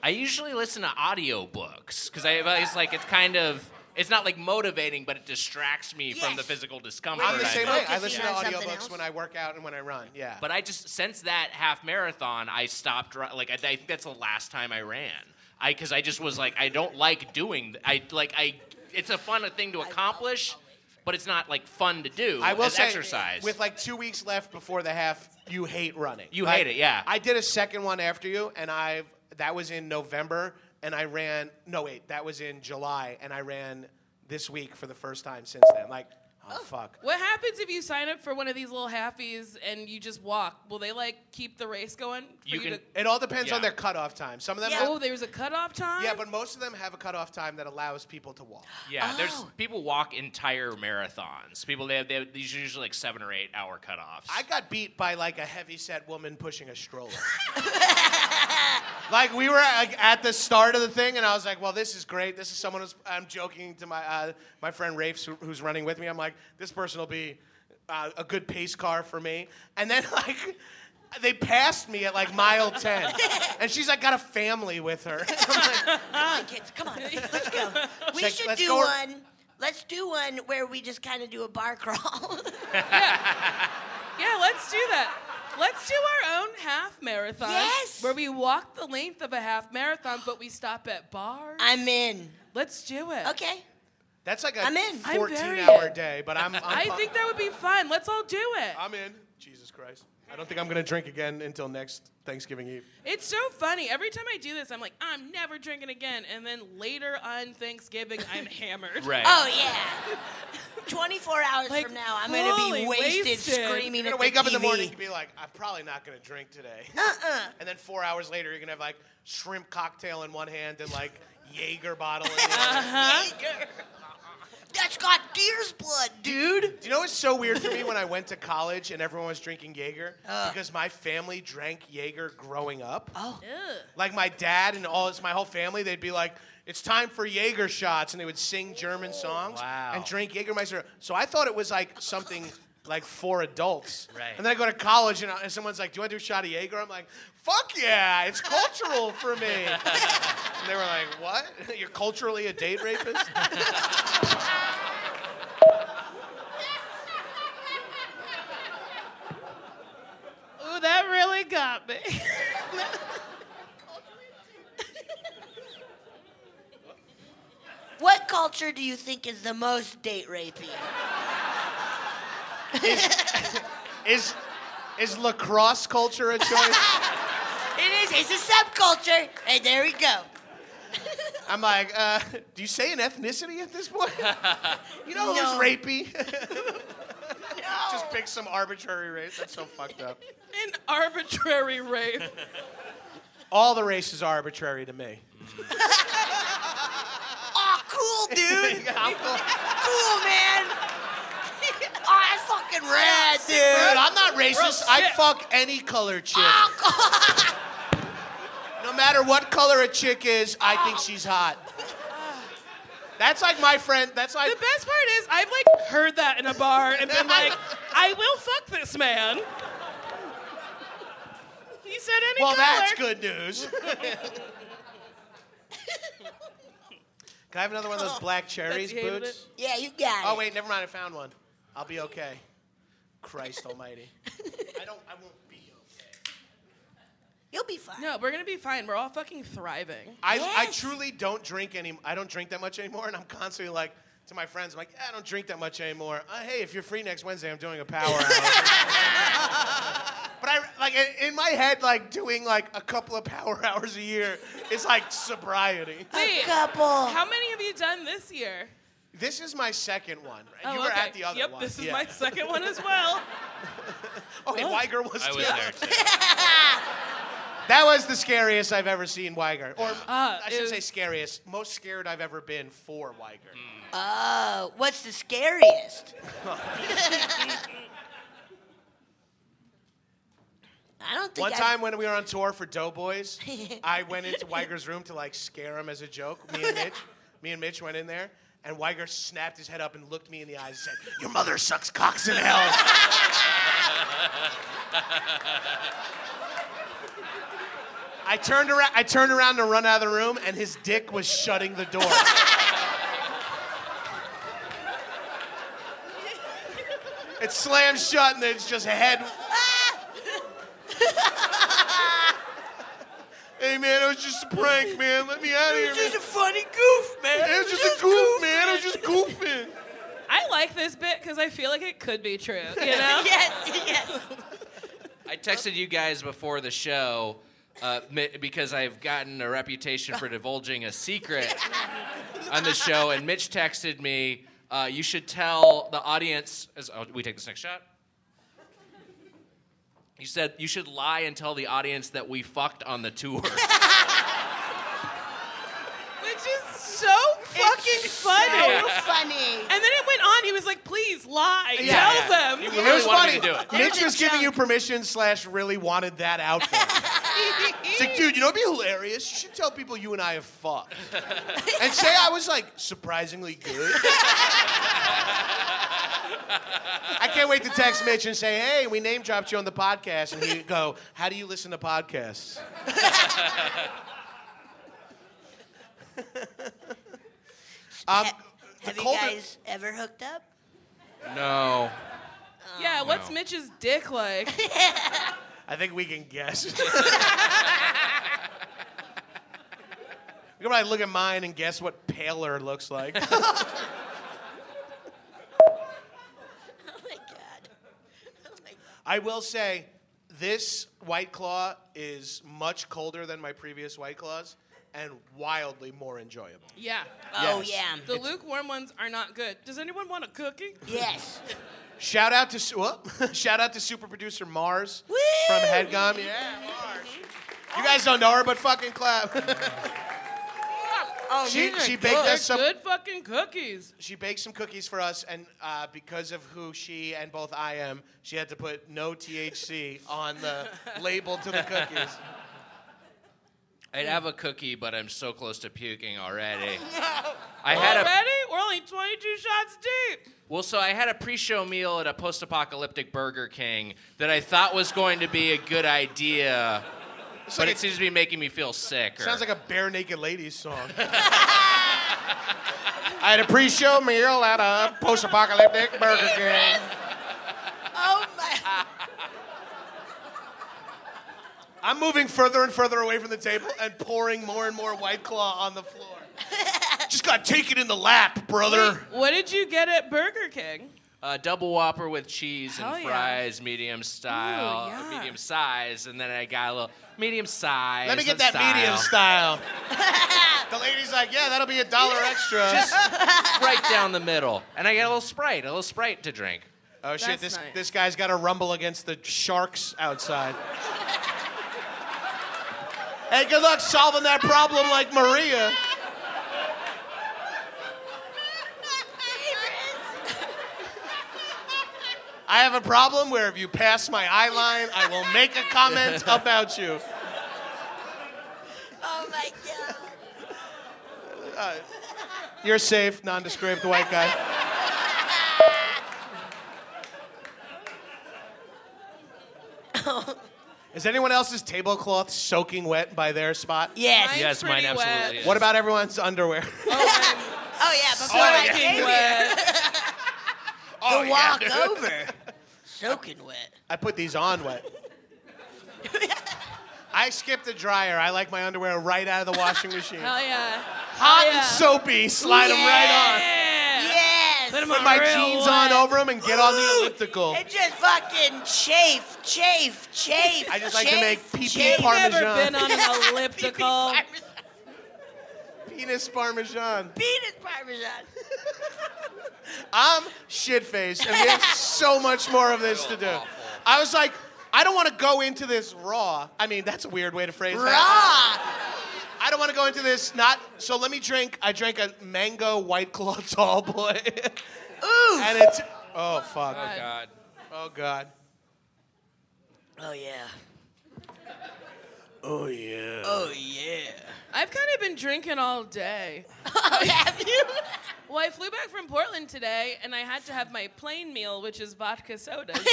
Speaker 4: I usually listen to audiobooks because I it's like it's kind of It's not like motivating, but it distracts me from the
Speaker 2: Yes.
Speaker 4: physical discomfort.
Speaker 1: I'm the
Speaker 4: I
Speaker 1: same
Speaker 4: feel.
Speaker 1: way. I
Speaker 2: Focusing
Speaker 1: listen to
Speaker 2: on something
Speaker 1: audiobooks
Speaker 2: else.
Speaker 1: when I work out and when I run. Yeah.
Speaker 4: But I just since that half marathon, I stopped. ru- Like I, I think that's the last time I ran. I because I just was like, I don't like doing. th- I like I. It's a fun thing to accomplish, but it's not like fun to do.
Speaker 1: I will
Speaker 4: as
Speaker 1: say,
Speaker 4: exercise.
Speaker 1: with like two weeks left before the half, you hate running.
Speaker 4: You
Speaker 1: Like,
Speaker 4: hate it, yeah.
Speaker 1: I did a second one after you, and I that was in November, and I ran. No, wait, that was in July, and I ran this week for the first time since then. Like, oh, fuck.
Speaker 3: What happens if you sign up for one of these little halfies and you just walk? Will they like keep the race going? For
Speaker 4: You
Speaker 3: you,
Speaker 4: can-
Speaker 3: to,
Speaker 1: It all depends on
Speaker 4: Yeah.
Speaker 1: their cutoff time. Some of them,
Speaker 2: Yeah.
Speaker 1: have-
Speaker 3: oh, there's a cutoff time.
Speaker 1: yeah, but most of them have a cutoff time that allows people to walk.
Speaker 4: yeah, there's
Speaker 2: Oh.
Speaker 4: people walk entire marathons. People they have, they have these are usually like seven or eight hour cutoffs.
Speaker 1: I got beat by like a heavy set woman pushing a stroller. like we were like, at the start of the thing, and I was like, "Well, this is great. This is someone who's." I'm joking to my uh, my friend Rafes who, who's running with me. I'm like, "This person will be uh, a good pace car for me." And then like. They passed me at like mile 10. And she's like, got a family with her. I'm like,
Speaker 2: Come on, kids, come on, let's go. We
Speaker 1: Check-
Speaker 2: should
Speaker 1: let's
Speaker 2: do
Speaker 1: go-
Speaker 2: one. Let's do one where we just kind of do a bar crawl.
Speaker 3: Yeah, let's do that. Let's do our own half marathon.
Speaker 2: Yes.
Speaker 3: Where we walk the length of a half marathon, but we stop at bars.
Speaker 2: I'm in.
Speaker 3: let's do it.
Speaker 2: Okay.
Speaker 1: That's like a
Speaker 2: I'm in.
Speaker 3: I'm
Speaker 1: 14
Speaker 3: very
Speaker 1: hour
Speaker 3: in.
Speaker 1: day, but I'm, I'm
Speaker 3: I
Speaker 1: fine.
Speaker 3: think that would be fun. Let's all do it.
Speaker 1: I'm in. Jesus Christ. I don't think I'm going to drink again until next Thanksgiving Eve.
Speaker 3: It's so funny. Every time I do this, I'm like, I'm never drinking again. And then later on Thanksgiving, I'm hammered.
Speaker 4: right.
Speaker 2: Oh yeah. 24 hours
Speaker 3: Like,
Speaker 2: from now, I'm gonna
Speaker 3: fully
Speaker 2: be wasted,
Speaker 3: wasted.
Speaker 2: screaming
Speaker 1: You're
Speaker 2: at
Speaker 1: gonna wake
Speaker 2: the
Speaker 1: up in the
Speaker 2: TV.
Speaker 1: morning and be like, I'm probably not gonna drink today. Uh-uh. And then four hours later, you're gonna have like shrimp cocktail in one hand and like Jaeger bottle in the other.
Speaker 2: Jaeger. That's got deer's blood, dude.
Speaker 1: Do you know what's so weird for me when I went to college and everyone was drinking Jaeger? because my family drank Jaeger growing up.
Speaker 2: Oh.
Speaker 1: Like my dad and all it's my whole family, they'd be like, it's time for Jaeger shots, and they would sing German songs
Speaker 4: Wow.
Speaker 1: and drink Jaegermeister. So I thought it was like something like for adults.
Speaker 4: Right.
Speaker 1: And then I go to college and, I- and someone's like, Do you want to do a shot of Jaeger? I'm like, fuck yeah, it's cultural for me. and they were like, What? You're culturally a date rapist?
Speaker 3: Ooh, that really got me.
Speaker 2: What culture do you think is the most date rapey?
Speaker 1: is is lacrosse culture a choice?
Speaker 2: It is. It's a subculture. Hey, there we go.
Speaker 1: I'm like, uh, do you say an ethnicity at this point? You know
Speaker 2: No.
Speaker 1: who's rapey? Just pick some arbitrary race. That's so fucked up.
Speaker 3: An arbitrary rape.
Speaker 1: All the races are arbitrary to me.
Speaker 2: Oh, cool, dude.
Speaker 1: I'm cool.
Speaker 2: cool, man. oh, that's fucking rad,
Speaker 1: Dude,
Speaker 2: dude.
Speaker 1: I'm not racist. I fuck any color chick. No matter what color a chick is, I think she's hot. That's like my friend. That's like
Speaker 3: The best part is I've like heard that in a bar and been like, I will fuck this man. He said any
Speaker 1: Well,
Speaker 3: color.
Speaker 1: that's good news. Can I have another one of those black cherries
Speaker 3: Betsy hated
Speaker 1: boots?
Speaker 2: Yeah, you got it.
Speaker 1: Oh wait, never mind. I found one. I'll be okay. Christ Almighty. I don't. I won't be okay.
Speaker 2: You'll be fine.
Speaker 3: No, we're gonna be fine. We're all fucking thriving.
Speaker 1: I, I
Speaker 2: Yes.
Speaker 1: truly don't drink any. I don't drink that much anymore, and I'm constantly like to my friends, I'm like, yeah, I don't drink that much anymore. Uh, hey, if you're free next Wednesday, I'm doing a power hour. But I like in- in my head, like doing like a couple of power hours a year is like sobriety.
Speaker 3: Wait,
Speaker 2: A couple.
Speaker 3: how many have you done this year?
Speaker 1: This is my second one.
Speaker 3: Oh,
Speaker 1: you were
Speaker 3: okay.
Speaker 1: at the other
Speaker 3: yep,
Speaker 1: one.
Speaker 3: this is
Speaker 1: Yeah.
Speaker 3: my second one as well.
Speaker 1: Oh, hey, Weiger was,
Speaker 4: I
Speaker 1: too.
Speaker 4: was there too.
Speaker 1: That was the scariest I've ever seen Weiger. Or I
Speaker 3: Uh, it
Speaker 1: should
Speaker 3: was-
Speaker 1: say scariest. Most scared I've ever been for Weiger.
Speaker 2: Oh, what's the scariest? I don't think
Speaker 1: One
Speaker 2: I-
Speaker 1: time when we were on tour for Doughboys, I went into Weiger's room to like scare him as a joke. Me and Mitch, me and Mitch went in there, and Weiger snapped his head up and looked me in the eyes and said, "Your mother sucks cocks in hell." I turned around. I turned around to run out of the room, and his dick was shutting the door. It slams shut and it's just head. hey man, it was just a prank, man. Let me out of here, man.
Speaker 2: Just a funny goof, man.
Speaker 1: It was just a goof, man. It was just goofing.
Speaker 3: I like this bit because I feel like it could be true. You know?
Speaker 2: Yes, yes.
Speaker 4: I texted you guys before the show uh, Mi- because I've gotten a reputation for divulging a secret on the show, and Mitch texted me, uh, "You should tell the audience." As oh, we take this next shot. You said you should lie and tell the audience that we fucked on the tour.
Speaker 3: Which is so fucking
Speaker 2: It's
Speaker 3: funny.
Speaker 2: So funny.
Speaker 3: And then it went on. He was like, please lie.
Speaker 4: Yeah,
Speaker 3: Tell
Speaker 4: yeah.
Speaker 3: them.
Speaker 4: He
Speaker 1: it
Speaker 4: really
Speaker 1: was
Speaker 4: wanted
Speaker 1: funny.
Speaker 4: me to do it.
Speaker 1: Mitch
Speaker 2: There's a
Speaker 1: was giving
Speaker 2: joke.
Speaker 1: you permission slash really wanted that out there. It's like, dude, you know what'd be hilarious? You should tell people you and I have fucked. and say I was like surprisingly good. I can't wait to text Mitch and say, hey, we name dropped you on the podcast. And he'd go, how do you listen to podcasts? um,
Speaker 2: Ha- have you
Speaker 1: cold-
Speaker 2: guys ever hooked up?
Speaker 4: no.
Speaker 3: Yeah, what's
Speaker 4: No.
Speaker 3: Mitch's dick like?
Speaker 1: I think we can guess. we can probably look at mine and guess what paler looks like.
Speaker 2: Oh my god. Oh my god.
Speaker 1: I will say, this White Claw is much colder than my previous White Claws and wildly more enjoyable.
Speaker 3: yeah.
Speaker 2: Oh
Speaker 1: Yes.
Speaker 2: yeah.
Speaker 3: The lukewarm ones are not good. Does anyone want a cookie?
Speaker 2: Yes.
Speaker 1: Shout out to su- whoop. shout out to super producer Mars
Speaker 2: Woo!
Speaker 1: from Headgum. Yeah, Mars. You guys don't know her, but fucking clap.
Speaker 2: Oh,
Speaker 1: she
Speaker 2: these are
Speaker 1: she baked
Speaker 3: They're
Speaker 1: us some
Speaker 3: good fucking cookies.
Speaker 1: she baked some cookies for us, and uh, because of who she and both I am, she had to put no THC on the label to the cookies.
Speaker 4: I'd have a cookie, but I'm so close to puking already. I had a
Speaker 3: Already? We're only 22 shots deep.
Speaker 4: Well, so I had a pre-show meal at a post-apocalyptic Burger King that I thought was going to be a good idea,
Speaker 1: It's
Speaker 4: but
Speaker 1: like
Speaker 4: it
Speaker 1: a-
Speaker 4: seems to be making me feel sick. Or,
Speaker 1: sounds like a bare naked ladies song. I had a pre-show meal at a post-apocalyptic Burger King.
Speaker 2: Oh my.
Speaker 1: I'm moving further and further away from the table and pouring more and more White Claw on the floor. Just gotta take it in the lap, brother.
Speaker 3: What did you get at Burger King?
Speaker 4: a double Whopper with cheese
Speaker 3: Hell
Speaker 4: and
Speaker 3: yeah.
Speaker 4: fries, medium style,
Speaker 3: Ooh, yeah.
Speaker 4: medium size, and then I got a little medium size.
Speaker 1: Let me get
Speaker 4: and
Speaker 1: that medium
Speaker 4: style,
Speaker 1: style. the lady's like, yeah, that'll be a dollar extra.
Speaker 4: right down the middle, and I got a little Sprite, a little Sprite to drink.
Speaker 1: Oh shit!
Speaker 3: That's
Speaker 1: This
Speaker 3: nice.
Speaker 1: this guy's got to rumble against the sharks outside. hey, good luck solving that problem, like Maria. I have a problem where if you pass my eye line, I will make a comment about you.
Speaker 2: Oh my god.
Speaker 1: You're safe, nondescript white guy. Is anyone else's tablecloth soaking wet by their spot?
Speaker 2: Yes.
Speaker 3: Mine's
Speaker 4: yes, mine
Speaker 3: pretty
Speaker 4: absolutely.
Speaker 3: wet.
Speaker 4: Is.
Speaker 1: What about everyone's underwear?
Speaker 2: Oh yeah. Before I
Speaker 3: Fucking
Speaker 2: came here,
Speaker 3: wet.
Speaker 1: Oh,
Speaker 2: the walk over. Soaking wet.
Speaker 1: I put these on wet. I skipped the dryer. I like my underwear right out of the washing machine.
Speaker 3: Hell yeah.
Speaker 1: Hot
Speaker 3: yeah.
Speaker 1: and soapy, slide them right on.
Speaker 2: Yes.
Speaker 3: Let 'em
Speaker 1: Put my
Speaker 3: Real
Speaker 1: jeans on
Speaker 3: wet.
Speaker 1: over them and get on the
Speaker 2: Ooh,
Speaker 1: elliptical.
Speaker 2: And just fucking chafe, chafe, chafe.
Speaker 1: I just like to
Speaker 2: chafe,
Speaker 1: make pee-pee
Speaker 2: chafe.
Speaker 1: part-
Speaker 3: I've never
Speaker 1: Parmesan.
Speaker 3: been on an elliptical.
Speaker 1: Penis parmesan.
Speaker 2: Penis parmesan.
Speaker 1: I'm shit faced, and we have so much more of this to do. I was like, I don't want to go into this raw. I mean, that's a weird way to phrase that.
Speaker 2: Raw.
Speaker 1: I don't want to go into this not. So let me drink. I drank a mango white claw tall boy,
Speaker 2: Ooh.
Speaker 1: and it's oh fuck,
Speaker 4: Oh God.
Speaker 1: oh god.
Speaker 2: Oh yeah.
Speaker 1: Oh yeah.
Speaker 2: Oh yeah.
Speaker 3: I've kind of been drinking all day.
Speaker 2: Have you?
Speaker 3: Well, I flew back from Portland today, and I had to have my plain meal, which is vodka sodas,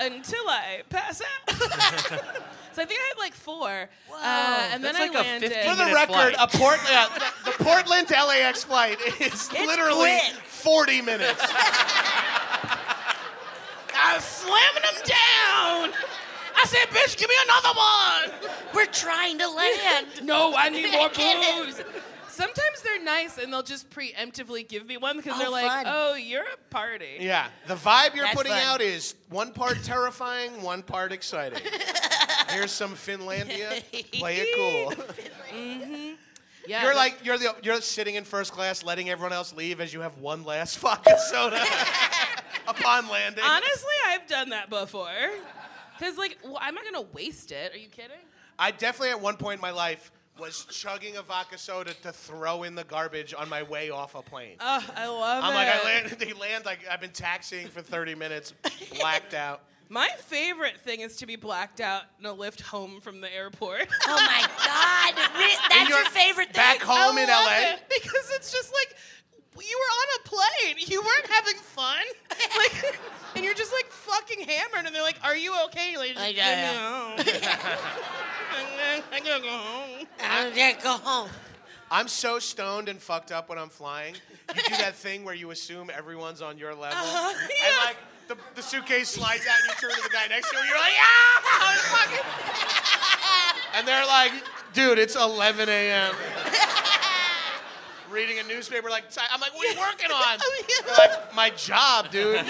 Speaker 3: until I pass out. so I think I had like four, uh, and then
Speaker 4: That's like
Speaker 3: I
Speaker 4: a
Speaker 3: landed.
Speaker 4: 15
Speaker 1: For the
Speaker 4: Minute
Speaker 1: record,
Speaker 4: flight.
Speaker 1: a Portland, the Portland to LAX flight is literally
Speaker 2: quick.
Speaker 1: 40 minutes.
Speaker 6: I was slamming them down. I said, bitch, give me another one.
Speaker 2: We're trying to land.
Speaker 6: No, I need more
Speaker 2: Get
Speaker 6: booze.
Speaker 2: it?
Speaker 3: Sometimes they're nice and they'll just preemptively give me one because
Speaker 2: Oh,
Speaker 3: they're like,
Speaker 2: fun.
Speaker 3: "Oh, you're a party."
Speaker 1: Yeah, the vibe you're
Speaker 2: That's
Speaker 1: putting
Speaker 2: fun.
Speaker 1: out is one part terrifying, one part exciting. Here's some Finlandia. Play it cool.
Speaker 3: Yeah,
Speaker 1: You're
Speaker 3: that-
Speaker 1: like you're the you're sitting in first class, letting everyone else leave as you have one last fucking soda upon landing.
Speaker 3: honestly, I've done that before. Because like, well, I'm not gonna waste it. Are you kidding?
Speaker 1: I definitely at one point in my life was chugging a vodka soda to throw in the garbage on my way off a plane.
Speaker 3: Oh, I love
Speaker 1: I'm
Speaker 3: it.
Speaker 1: like I land, they land like I've been taxiing for 30 minutes, blacked out.
Speaker 3: My favorite thing is to be blacked out in a lift home from the airport.
Speaker 2: Oh my God. Re- That's your,
Speaker 1: you're
Speaker 2: favorite thing.
Speaker 1: back
Speaker 3: I
Speaker 1: home in
Speaker 3: love
Speaker 1: LA?
Speaker 3: it because it's just like you were on a plane. You weren't having fun. Like, and you're just like fucking hammered. And they're like, "Are you okay, lady?
Speaker 2: Like,
Speaker 3: Give
Speaker 2: yeah,
Speaker 3: me home." I gotta go home.
Speaker 2: I'm gonna go home.
Speaker 1: I'm so stoned and fucked up when I'm flying. You do that thing where you assume everyone's on your level.
Speaker 3: Uh-huh.
Speaker 1: And
Speaker 3: yeah.
Speaker 1: like the, the suitcase slides out and you turn to the guy next to you and you're like, ah! And they're like, dude, it's 11 a.m. Reading a newspaper, like, I'm like, what are you working on? They're like, my job, dude. I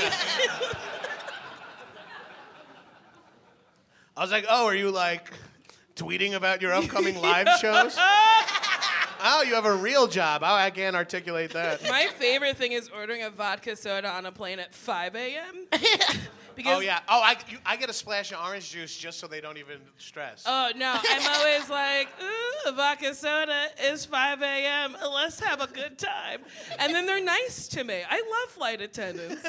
Speaker 1: was like, oh, are you like tweeting about your upcoming live shows? Oh, you have a real job. Oh, I can't articulate that.
Speaker 3: My favorite thing is ordering a vodka soda on a plane at 5 a.m. because
Speaker 1: Oh yeah. Oh, I, you, I get a splash of orange juice just so they don't even stress.
Speaker 3: Oh no, I'm always like, ooh, a vodka soda is 5 a.m. Let's have a good time. And then they're nice to me. I love flight attendants.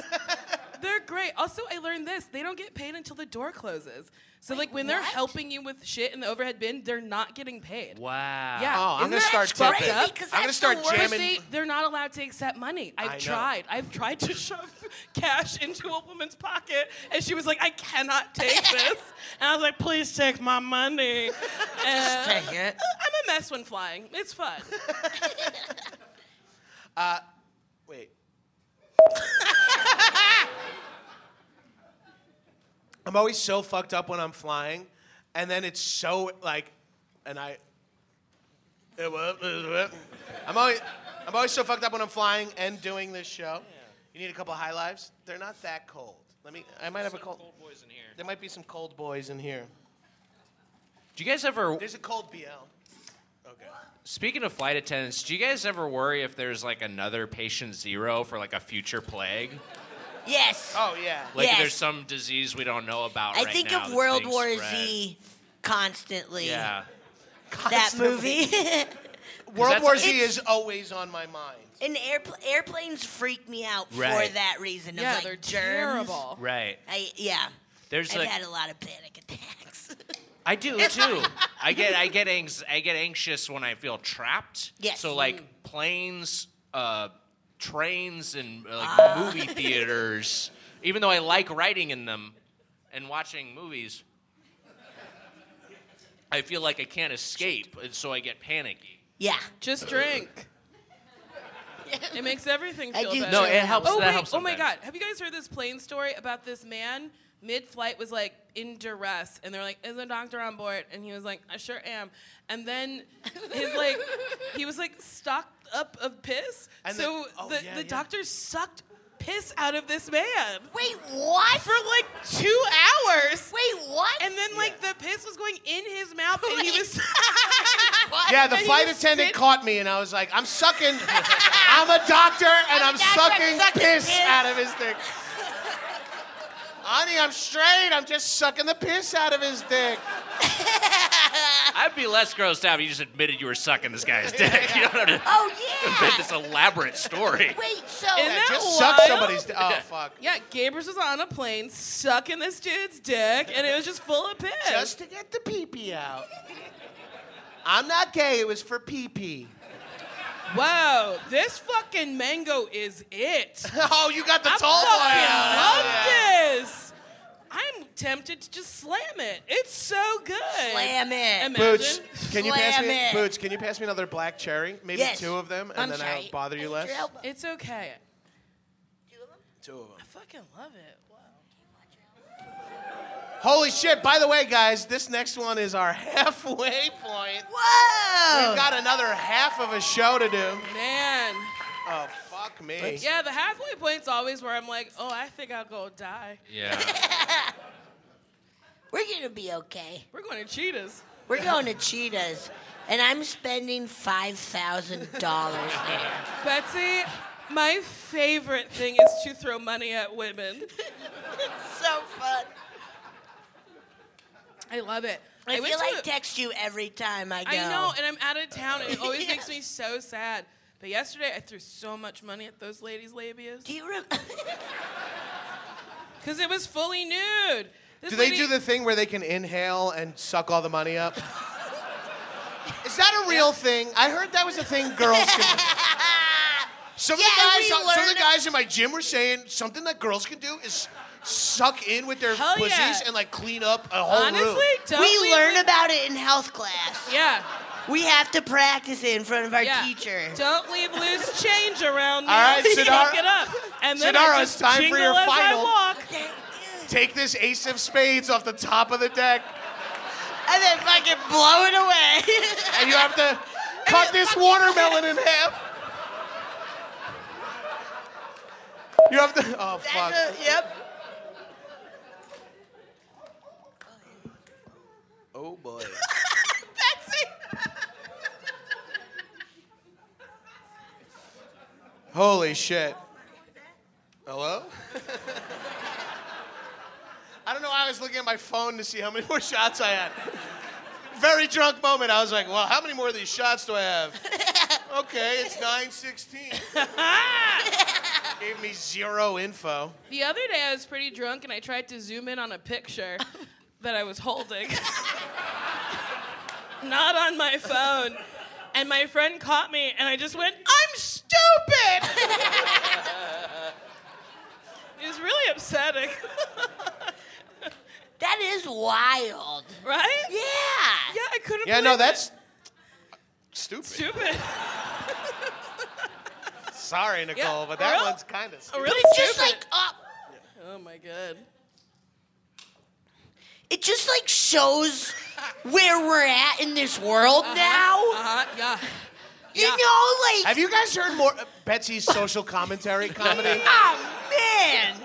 Speaker 3: They're great. Also, I learned this: they don't get paid until the door closes. So, like, when they're helping you with shit in the overhead bin, they're not getting paid.
Speaker 4: Wow.
Speaker 3: Yeah,
Speaker 1: Oh, I'm
Speaker 3: isn't
Speaker 1: gonna
Speaker 3: that
Speaker 1: start
Speaker 3: fucked
Speaker 1: tipping.
Speaker 3: up?
Speaker 2: Because
Speaker 1: I'm gonna
Speaker 2: that's
Speaker 1: start
Speaker 2: the worst
Speaker 3: But
Speaker 1: jamming.
Speaker 3: they, they're not allowed to accept money.
Speaker 1: I know.
Speaker 3: I've tried. I've tried to shove cash into a woman's pocket, and she was like, "I cannot take this." And I was like, "Please take my money." And
Speaker 2: Take it.
Speaker 3: I'm a mess when flying. It's fun.
Speaker 1: Wait. I'm always so fucked up when I'm flying, and then it's so like, and I. I'm always, I'm always so fucked up when I'm flying and doing this show. You need a couple high lives. They're not that cold. Let me. I might have a cold.
Speaker 4: Cold boys in here.
Speaker 1: There might be some cold boys in here.
Speaker 4: Do you guys ever?
Speaker 1: There's a cold BL. Okay.
Speaker 4: Speaking of flight attendants, do you guys ever worry if there's like another patient zero for like a future plague?
Speaker 2: Yes.
Speaker 1: Oh yeah.
Speaker 4: Like
Speaker 2: Yes.
Speaker 4: there's some disease we don't know about.
Speaker 2: I
Speaker 4: right
Speaker 2: think
Speaker 4: now
Speaker 2: of
Speaker 4: that's
Speaker 2: World
Speaker 4: being
Speaker 2: War
Speaker 4: spread.
Speaker 2: Z constantly.
Speaker 4: Yeah.
Speaker 2: That movie.
Speaker 1: World
Speaker 4: that's-
Speaker 1: War Z
Speaker 2: It's-
Speaker 1: is always on my mind.
Speaker 2: and airpl- airplanes freak me out
Speaker 4: Right.
Speaker 2: for that reason. Of
Speaker 3: yeah,
Speaker 2: like
Speaker 3: they're
Speaker 2: germs.
Speaker 3: terrible.
Speaker 4: Right.
Speaker 2: I yeah.
Speaker 4: There's
Speaker 2: I've
Speaker 4: like
Speaker 2: had a lot of panic attacks.
Speaker 4: I do too. I get I get anx- I get anxious when I feel trapped.
Speaker 2: Yes.
Speaker 4: So like planes, uh, trains, and uh, like
Speaker 3: Ah.
Speaker 4: movie theaters. Even though I like riding in them and watching movies, I feel like I can't escape, and so I get panicky.
Speaker 2: yeah.
Speaker 3: Just drink. It makes everything
Speaker 2: I
Speaker 3: feel
Speaker 2: do
Speaker 3: better.
Speaker 4: No, it helps.
Speaker 3: Oh,
Speaker 4: that
Speaker 3: wait.
Speaker 4: helps
Speaker 3: oh my
Speaker 4: sometimes.
Speaker 3: God. Have you guys heard this plane story about this man mid flight was like in duress and they're like, Is a doctor on board? And he was like, I sure am. And then his like, he was like stocked up of piss.
Speaker 1: And
Speaker 3: so
Speaker 1: then- oh,
Speaker 3: the,
Speaker 1: yeah,
Speaker 3: the
Speaker 1: yeah.
Speaker 3: doctor sucked piss out of this man
Speaker 2: Wait, what?
Speaker 3: for like two hours.
Speaker 2: Wait, what?
Speaker 3: And then like
Speaker 1: Yeah.
Speaker 3: the piss was going in his mouth and he
Speaker 2: Wait.
Speaker 3: was.
Speaker 2: What?
Speaker 1: Yeah, the
Speaker 3: And he
Speaker 1: flight
Speaker 3: was
Speaker 1: attendant
Speaker 3: spit-
Speaker 1: caught me, and I was like, "I'm sucking. I'm a doctor, and I'm,
Speaker 2: a doctor,
Speaker 1: sucking,
Speaker 2: I'm sucking
Speaker 1: piss,
Speaker 2: piss."
Speaker 1: out of his dick." Honey, I'm straight. I'm just sucking the piss out of his dick.
Speaker 4: I'd be less grossed out if you just admitted you were sucking this guy's dick. You don't have to
Speaker 2: Oh
Speaker 4: invent
Speaker 2: yeah.
Speaker 4: this elaborate story.
Speaker 2: Wait, so
Speaker 3: Isn't that
Speaker 1: Just
Speaker 3: wild?
Speaker 1: suck somebody's dick. Oh fuck.
Speaker 3: Yeah, Gabrus was on a plane sucking this dude's dick, and it was just full of piss.
Speaker 1: Just to get the pee pee out. I'm not gay. It was for pee pee.
Speaker 3: Wow, this fucking mango is it.
Speaker 1: Oh, you got the
Speaker 3: I
Speaker 1: tall boy out.
Speaker 3: fucking love
Speaker 1: Yeah.
Speaker 3: this. I'm tempted to just slam it. It's so good.
Speaker 2: Slam it.
Speaker 3: Imagine.
Speaker 1: Boots, can you pass
Speaker 2: Slam
Speaker 1: me
Speaker 2: it.
Speaker 1: Boots, can you pass me another black cherry? Maybe
Speaker 2: Yes.
Speaker 1: two of them, and
Speaker 2: I'm
Speaker 1: then
Speaker 2: sorry.
Speaker 1: I'll bother you less.
Speaker 2: Your elbow.
Speaker 3: It's okay.
Speaker 1: Two of them.
Speaker 3: I fucking love it. Wow.
Speaker 1: Holy shit. By the way, guys, this next one is our halfway point.
Speaker 2: Whoa!
Speaker 1: We've got another half of a show to do.
Speaker 3: Man.
Speaker 1: Oh, fuck me.
Speaker 3: Yeah, the halfway point's always where I'm like, oh, I think I'll go die.
Speaker 4: Yeah.
Speaker 2: We're gonna be okay.
Speaker 3: We're going to cheetahs.
Speaker 2: We're going to Cheetahs, and I'm spending five thousand dollars there.
Speaker 3: Betsy, my favorite thing is to throw money at women.
Speaker 2: so fun.
Speaker 3: I love it.
Speaker 2: I,
Speaker 3: went
Speaker 2: feel
Speaker 3: to
Speaker 2: like
Speaker 3: a-
Speaker 2: text you every time I go.
Speaker 3: I know, and I'm out of town, and it always
Speaker 2: Yeah.
Speaker 3: makes me so sad. But yesterday, I threw so much money at those ladies' labias
Speaker 2: Do you remember?
Speaker 3: because it was fully nude. This
Speaker 1: Do they
Speaker 3: lady-
Speaker 1: do the thing where they can inhale and suck all the money up? Is that a real thing? I heard that was a thing girls can Some of
Speaker 2: Yeah,
Speaker 1: the guys
Speaker 2: we
Speaker 1: some of the
Speaker 2: learned-
Speaker 1: guys in my gym were saying something that girls can do is suck in with their
Speaker 3: Hell
Speaker 1: pussies
Speaker 3: yeah.
Speaker 1: and like clean up a whole
Speaker 3: Honestly,
Speaker 1: room.
Speaker 3: don't
Speaker 2: we learn
Speaker 3: leave-
Speaker 2: about it in health class.
Speaker 3: Yeah.
Speaker 2: We have to practice it in front of our
Speaker 3: yeah.
Speaker 2: teacher.
Speaker 3: Don't leave loose change around me.
Speaker 1: All right,
Speaker 3: Just
Speaker 1: Sidara-
Speaker 3: Fuck it up. And then
Speaker 1: Sidara,
Speaker 3: I
Speaker 1: it's
Speaker 3: just
Speaker 1: time for
Speaker 3: jingle
Speaker 1: your
Speaker 3: as
Speaker 1: final.
Speaker 3: I walk.
Speaker 1: Take this ace of spades off the top of the deck
Speaker 2: And then fucking blow it away.
Speaker 1: and you have to cut this watermelon in half. You have to Oh fuck.
Speaker 2: That's a- yep.
Speaker 1: Oh boy.
Speaker 2: That's it.
Speaker 1: Holy shit. Hello? I don't know why I was looking at my phone to see how many more shots I had. Very drunk moment. I was like, well, how many more of these shots do I have? okay, it's 916. Gave me zero info.
Speaker 3: The other day, I was pretty drunk, and I tried to zoom in on a picture that I was holding, not on my phone. And my friend caught me, and I just went, "I'm stupid." it was really upsetting,
Speaker 2: That is wild.
Speaker 3: right?
Speaker 2: Yeah.
Speaker 3: Yeah, I couldn't.
Speaker 1: Yeah, no,
Speaker 3: believe it.
Speaker 1: that's stupid.
Speaker 3: stupid.
Speaker 1: Sorry, Nicole,
Speaker 3: Yeah,
Speaker 1: but that
Speaker 3: real?
Speaker 1: one's kind
Speaker 2: Oh,
Speaker 1: of stupid.
Speaker 3: really
Speaker 2: It's
Speaker 3: stupid.
Speaker 2: just like uh, up.
Speaker 3: oh my god.
Speaker 2: It just like shows where we're at in this world now.
Speaker 3: Uh-huh, yeah.
Speaker 2: You
Speaker 3: yeah.
Speaker 2: know, like
Speaker 1: Have you guys heard more uh, Betsy's social commentary comedy?
Speaker 2: oh man.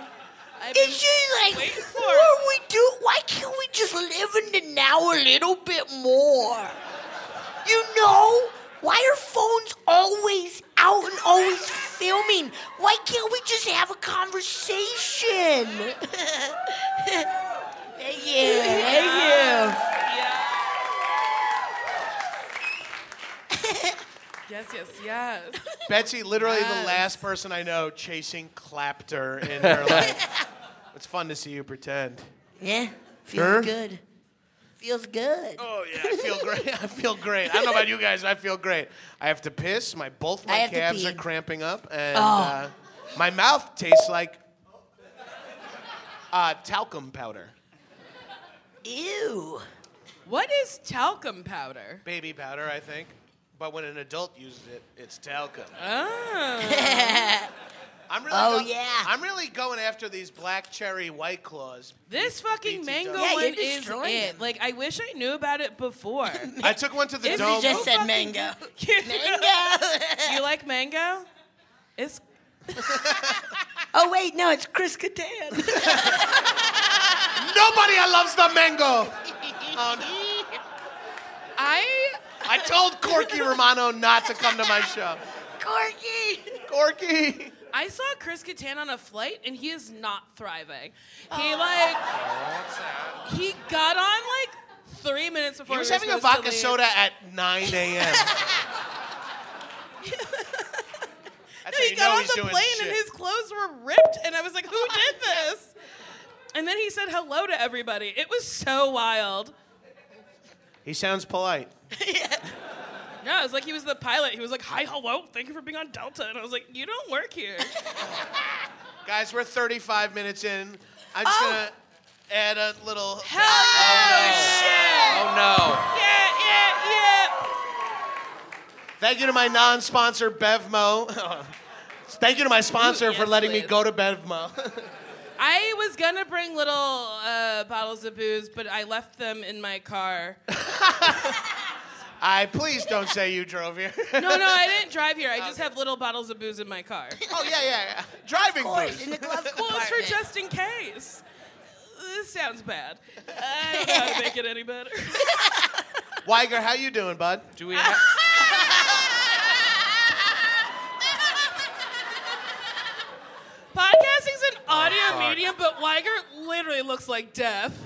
Speaker 3: I've been-
Speaker 2: It's just like
Speaker 3: waiting for
Speaker 2: what are we do why can't we just live in the now a little bit more? You know? Why are phones always out and always filming? Why can't we just have a conversation? thank you, thank you.
Speaker 3: yeah. yes, yes, yes.
Speaker 1: Betsy, literally the
Speaker 3: Yes.
Speaker 1: last person I know chasing clapter in her life. It's fun to see you pretend.
Speaker 2: Yeah, feels
Speaker 1: Sure.
Speaker 2: good. Feels good.
Speaker 1: Oh yeah, I feel great. I feel great. I don't know about you guys, but I feel great. I have to piss. My both
Speaker 2: I
Speaker 1: my
Speaker 2: have to
Speaker 1: calves are
Speaker 2: pee.
Speaker 1: cramping up, and
Speaker 2: Oh.
Speaker 1: uh, my mouth tastes like uh, talcum powder,
Speaker 2: Ew.
Speaker 3: What is talcum powder?
Speaker 1: baby powder, I think. But when an adult uses it, it's talcum.
Speaker 2: Ah.
Speaker 3: Oh.
Speaker 1: I'm really
Speaker 2: Oh,
Speaker 1: go-
Speaker 2: yeah.
Speaker 1: I'm really going after these black cherry white claws.
Speaker 3: This fucking
Speaker 1: BT
Speaker 3: mango
Speaker 1: dog. Yeah,
Speaker 2: you're
Speaker 3: one is
Speaker 2: destroying
Speaker 3: it.
Speaker 2: them.
Speaker 3: Like, I wish I knew about it before.
Speaker 1: I took one to the
Speaker 3: If you
Speaker 1: dome.
Speaker 2: just said
Speaker 3: fucking-
Speaker 2: mango.
Speaker 3: you like mango? It's
Speaker 2: oh wait, no, it's Chris Kattan.
Speaker 1: Nobody loves the mango. Oh, no.
Speaker 3: I
Speaker 1: I told Corky Romano not to come to my show.
Speaker 2: Corky.
Speaker 1: Corky.
Speaker 3: I saw Chris Kattan on a flight and he is not thriving. He like he got on like three minutes before
Speaker 1: He was
Speaker 3: we were
Speaker 1: having a
Speaker 3: supposed to
Speaker 1: vodka
Speaker 3: leave.
Speaker 1: soda at 9 a.m. That's
Speaker 3: No, he got on the plane and his clothes were ripped, and I was like, "Who did this?" And then he said hello to everybody. It was so wild.
Speaker 1: He sounds polite.
Speaker 3: No, it was like he was the pilot. He was like, "Hi, hello, thank you for being on Delta," and I was like, "You don't work here."
Speaker 1: Guys, we're 35 minutes in. I'm just
Speaker 2: Oh.
Speaker 1: gonna add a little.
Speaker 3: Hell
Speaker 4: Oh no.
Speaker 3: yeah, yeah, yeah.
Speaker 1: Thank you to my non-sponsor Bevmo. Thank you to my sponsor
Speaker 3: Ooh,
Speaker 1: for
Speaker 3: yes,
Speaker 1: letting me
Speaker 3: please.
Speaker 1: go to Bevmo.
Speaker 3: I was gonna bring little uh, bottles of booze, but I left them in my car.
Speaker 1: I please don't say you drove here.
Speaker 3: No, no, I didn't drive here. I just have little bottles of booze in my car.
Speaker 1: oh yeah, yeah, yeah. Driving
Speaker 2: Of course,
Speaker 1: booze.
Speaker 2: in the glove
Speaker 3: Well, it's for
Speaker 2: compartment.
Speaker 3: just in case. This sounds bad. I
Speaker 1: Uh,
Speaker 3: don't know how to make it any better.
Speaker 1: Weiger, how you doing, bud?
Speaker 4: Do we have?
Speaker 3: Podcasting's an audio
Speaker 4: fuck.
Speaker 3: medium, but Weiger literally looks like death.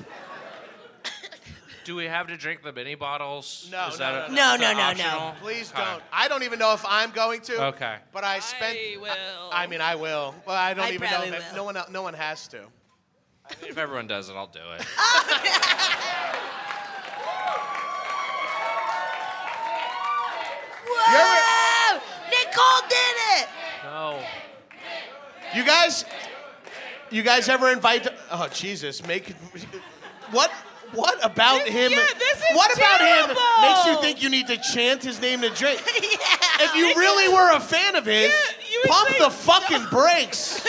Speaker 4: Do we have to drink the mini bottles?
Speaker 1: No, no,
Speaker 4: Is that a-
Speaker 2: no, no.
Speaker 4: is that
Speaker 2: No, no, no, no.
Speaker 4: optional?
Speaker 1: Please
Speaker 4: Okay.
Speaker 1: don't. I don't even know if I'm going to.
Speaker 4: Okay.
Speaker 1: But I spent.
Speaker 3: I will.
Speaker 1: I mean, I will. Well, I don't
Speaker 2: I
Speaker 1: even know.
Speaker 2: probably
Speaker 1: If,
Speaker 2: will.
Speaker 1: no one. el- No one has to.
Speaker 4: If everyone does it, I'll do it.
Speaker 2: Whoa! Nicole did it!
Speaker 4: No.
Speaker 1: You guys. You guys ever invite? Oh Jesus! Make. What? What about
Speaker 3: This-
Speaker 1: him?
Speaker 3: yeah, this is
Speaker 1: what about him
Speaker 3: terrible.
Speaker 1: makes you think you need to chant his name to drink? If you really were a fan of his,
Speaker 3: Yeah, you would
Speaker 1: pump
Speaker 3: think-
Speaker 1: the fucking brakes.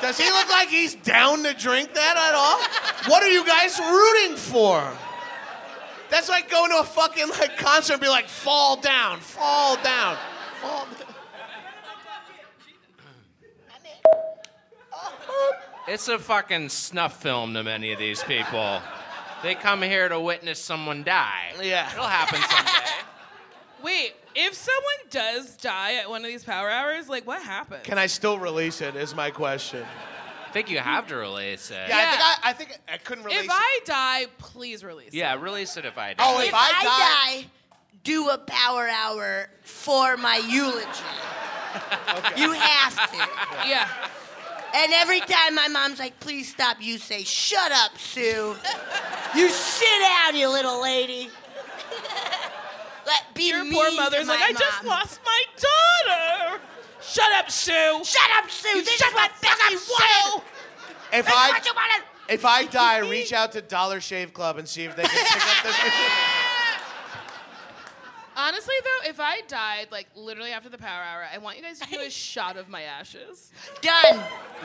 Speaker 1: Does he look like he's down to drink that at all? What are you guys rooting for? That's like going to a fucking like concert and be like, fall down, fall down, fall down.
Speaker 4: It's a fucking snuff film to many of these people. They come here to witness someone die.
Speaker 1: Yeah.
Speaker 4: It'll happen someday.
Speaker 3: Wait, if someone does die at one of these power hours, like what happens?
Speaker 1: Can I still release it? Is my question.
Speaker 4: I think you have to release it.
Speaker 1: Yeah, I think
Speaker 3: Yeah.
Speaker 1: I, I think I couldn't release
Speaker 3: if
Speaker 1: it.
Speaker 3: I die, please release.
Speaker 4: Yeah, release it if I do.
Speaker 1: Oh, if
Speaker 2: If
Speaker 1: I
Speaker 2: I,
Speaker 1: die-
Speaker 2: die, do a power hour for my eulogy. You have to.
Speaker 3: it. yeah.
Speaker 2: And every time my mom's like, please stop, you say, shut up, Sue. You sit down, you little lady. Let be
Speaker 3: Your
Speaker 2: mean
Speaker 3: poor
Speaker 2: to
Speaker 3: mother's
Speaker 2: my
Speaker 3: like, I just
Speaker 2: mom.
Speaker 3: lost my daughter. Shut up, Sue.
Speaker 2: Shut up, Sue.
Speaker 3: You
Speaker 2: this
Speaker 3: shut
Speaker 2: is what
Speaker 3: the fuck
Speaker 2: fucking
Speaker 3: up,
Speaker 2: wanted.
Speaker 1: if
Speaker 2: This is
Speaker 1: I
Speaker 2: what you wanted.
Speaker 1: if I die, reach out to Dollar Shave Club and see if they can pick up this.
Speaker 3: Honestly, though, if I died, like literally after the power hour, I want you guys to do a shot of my ashes.
Speaker 2: Done.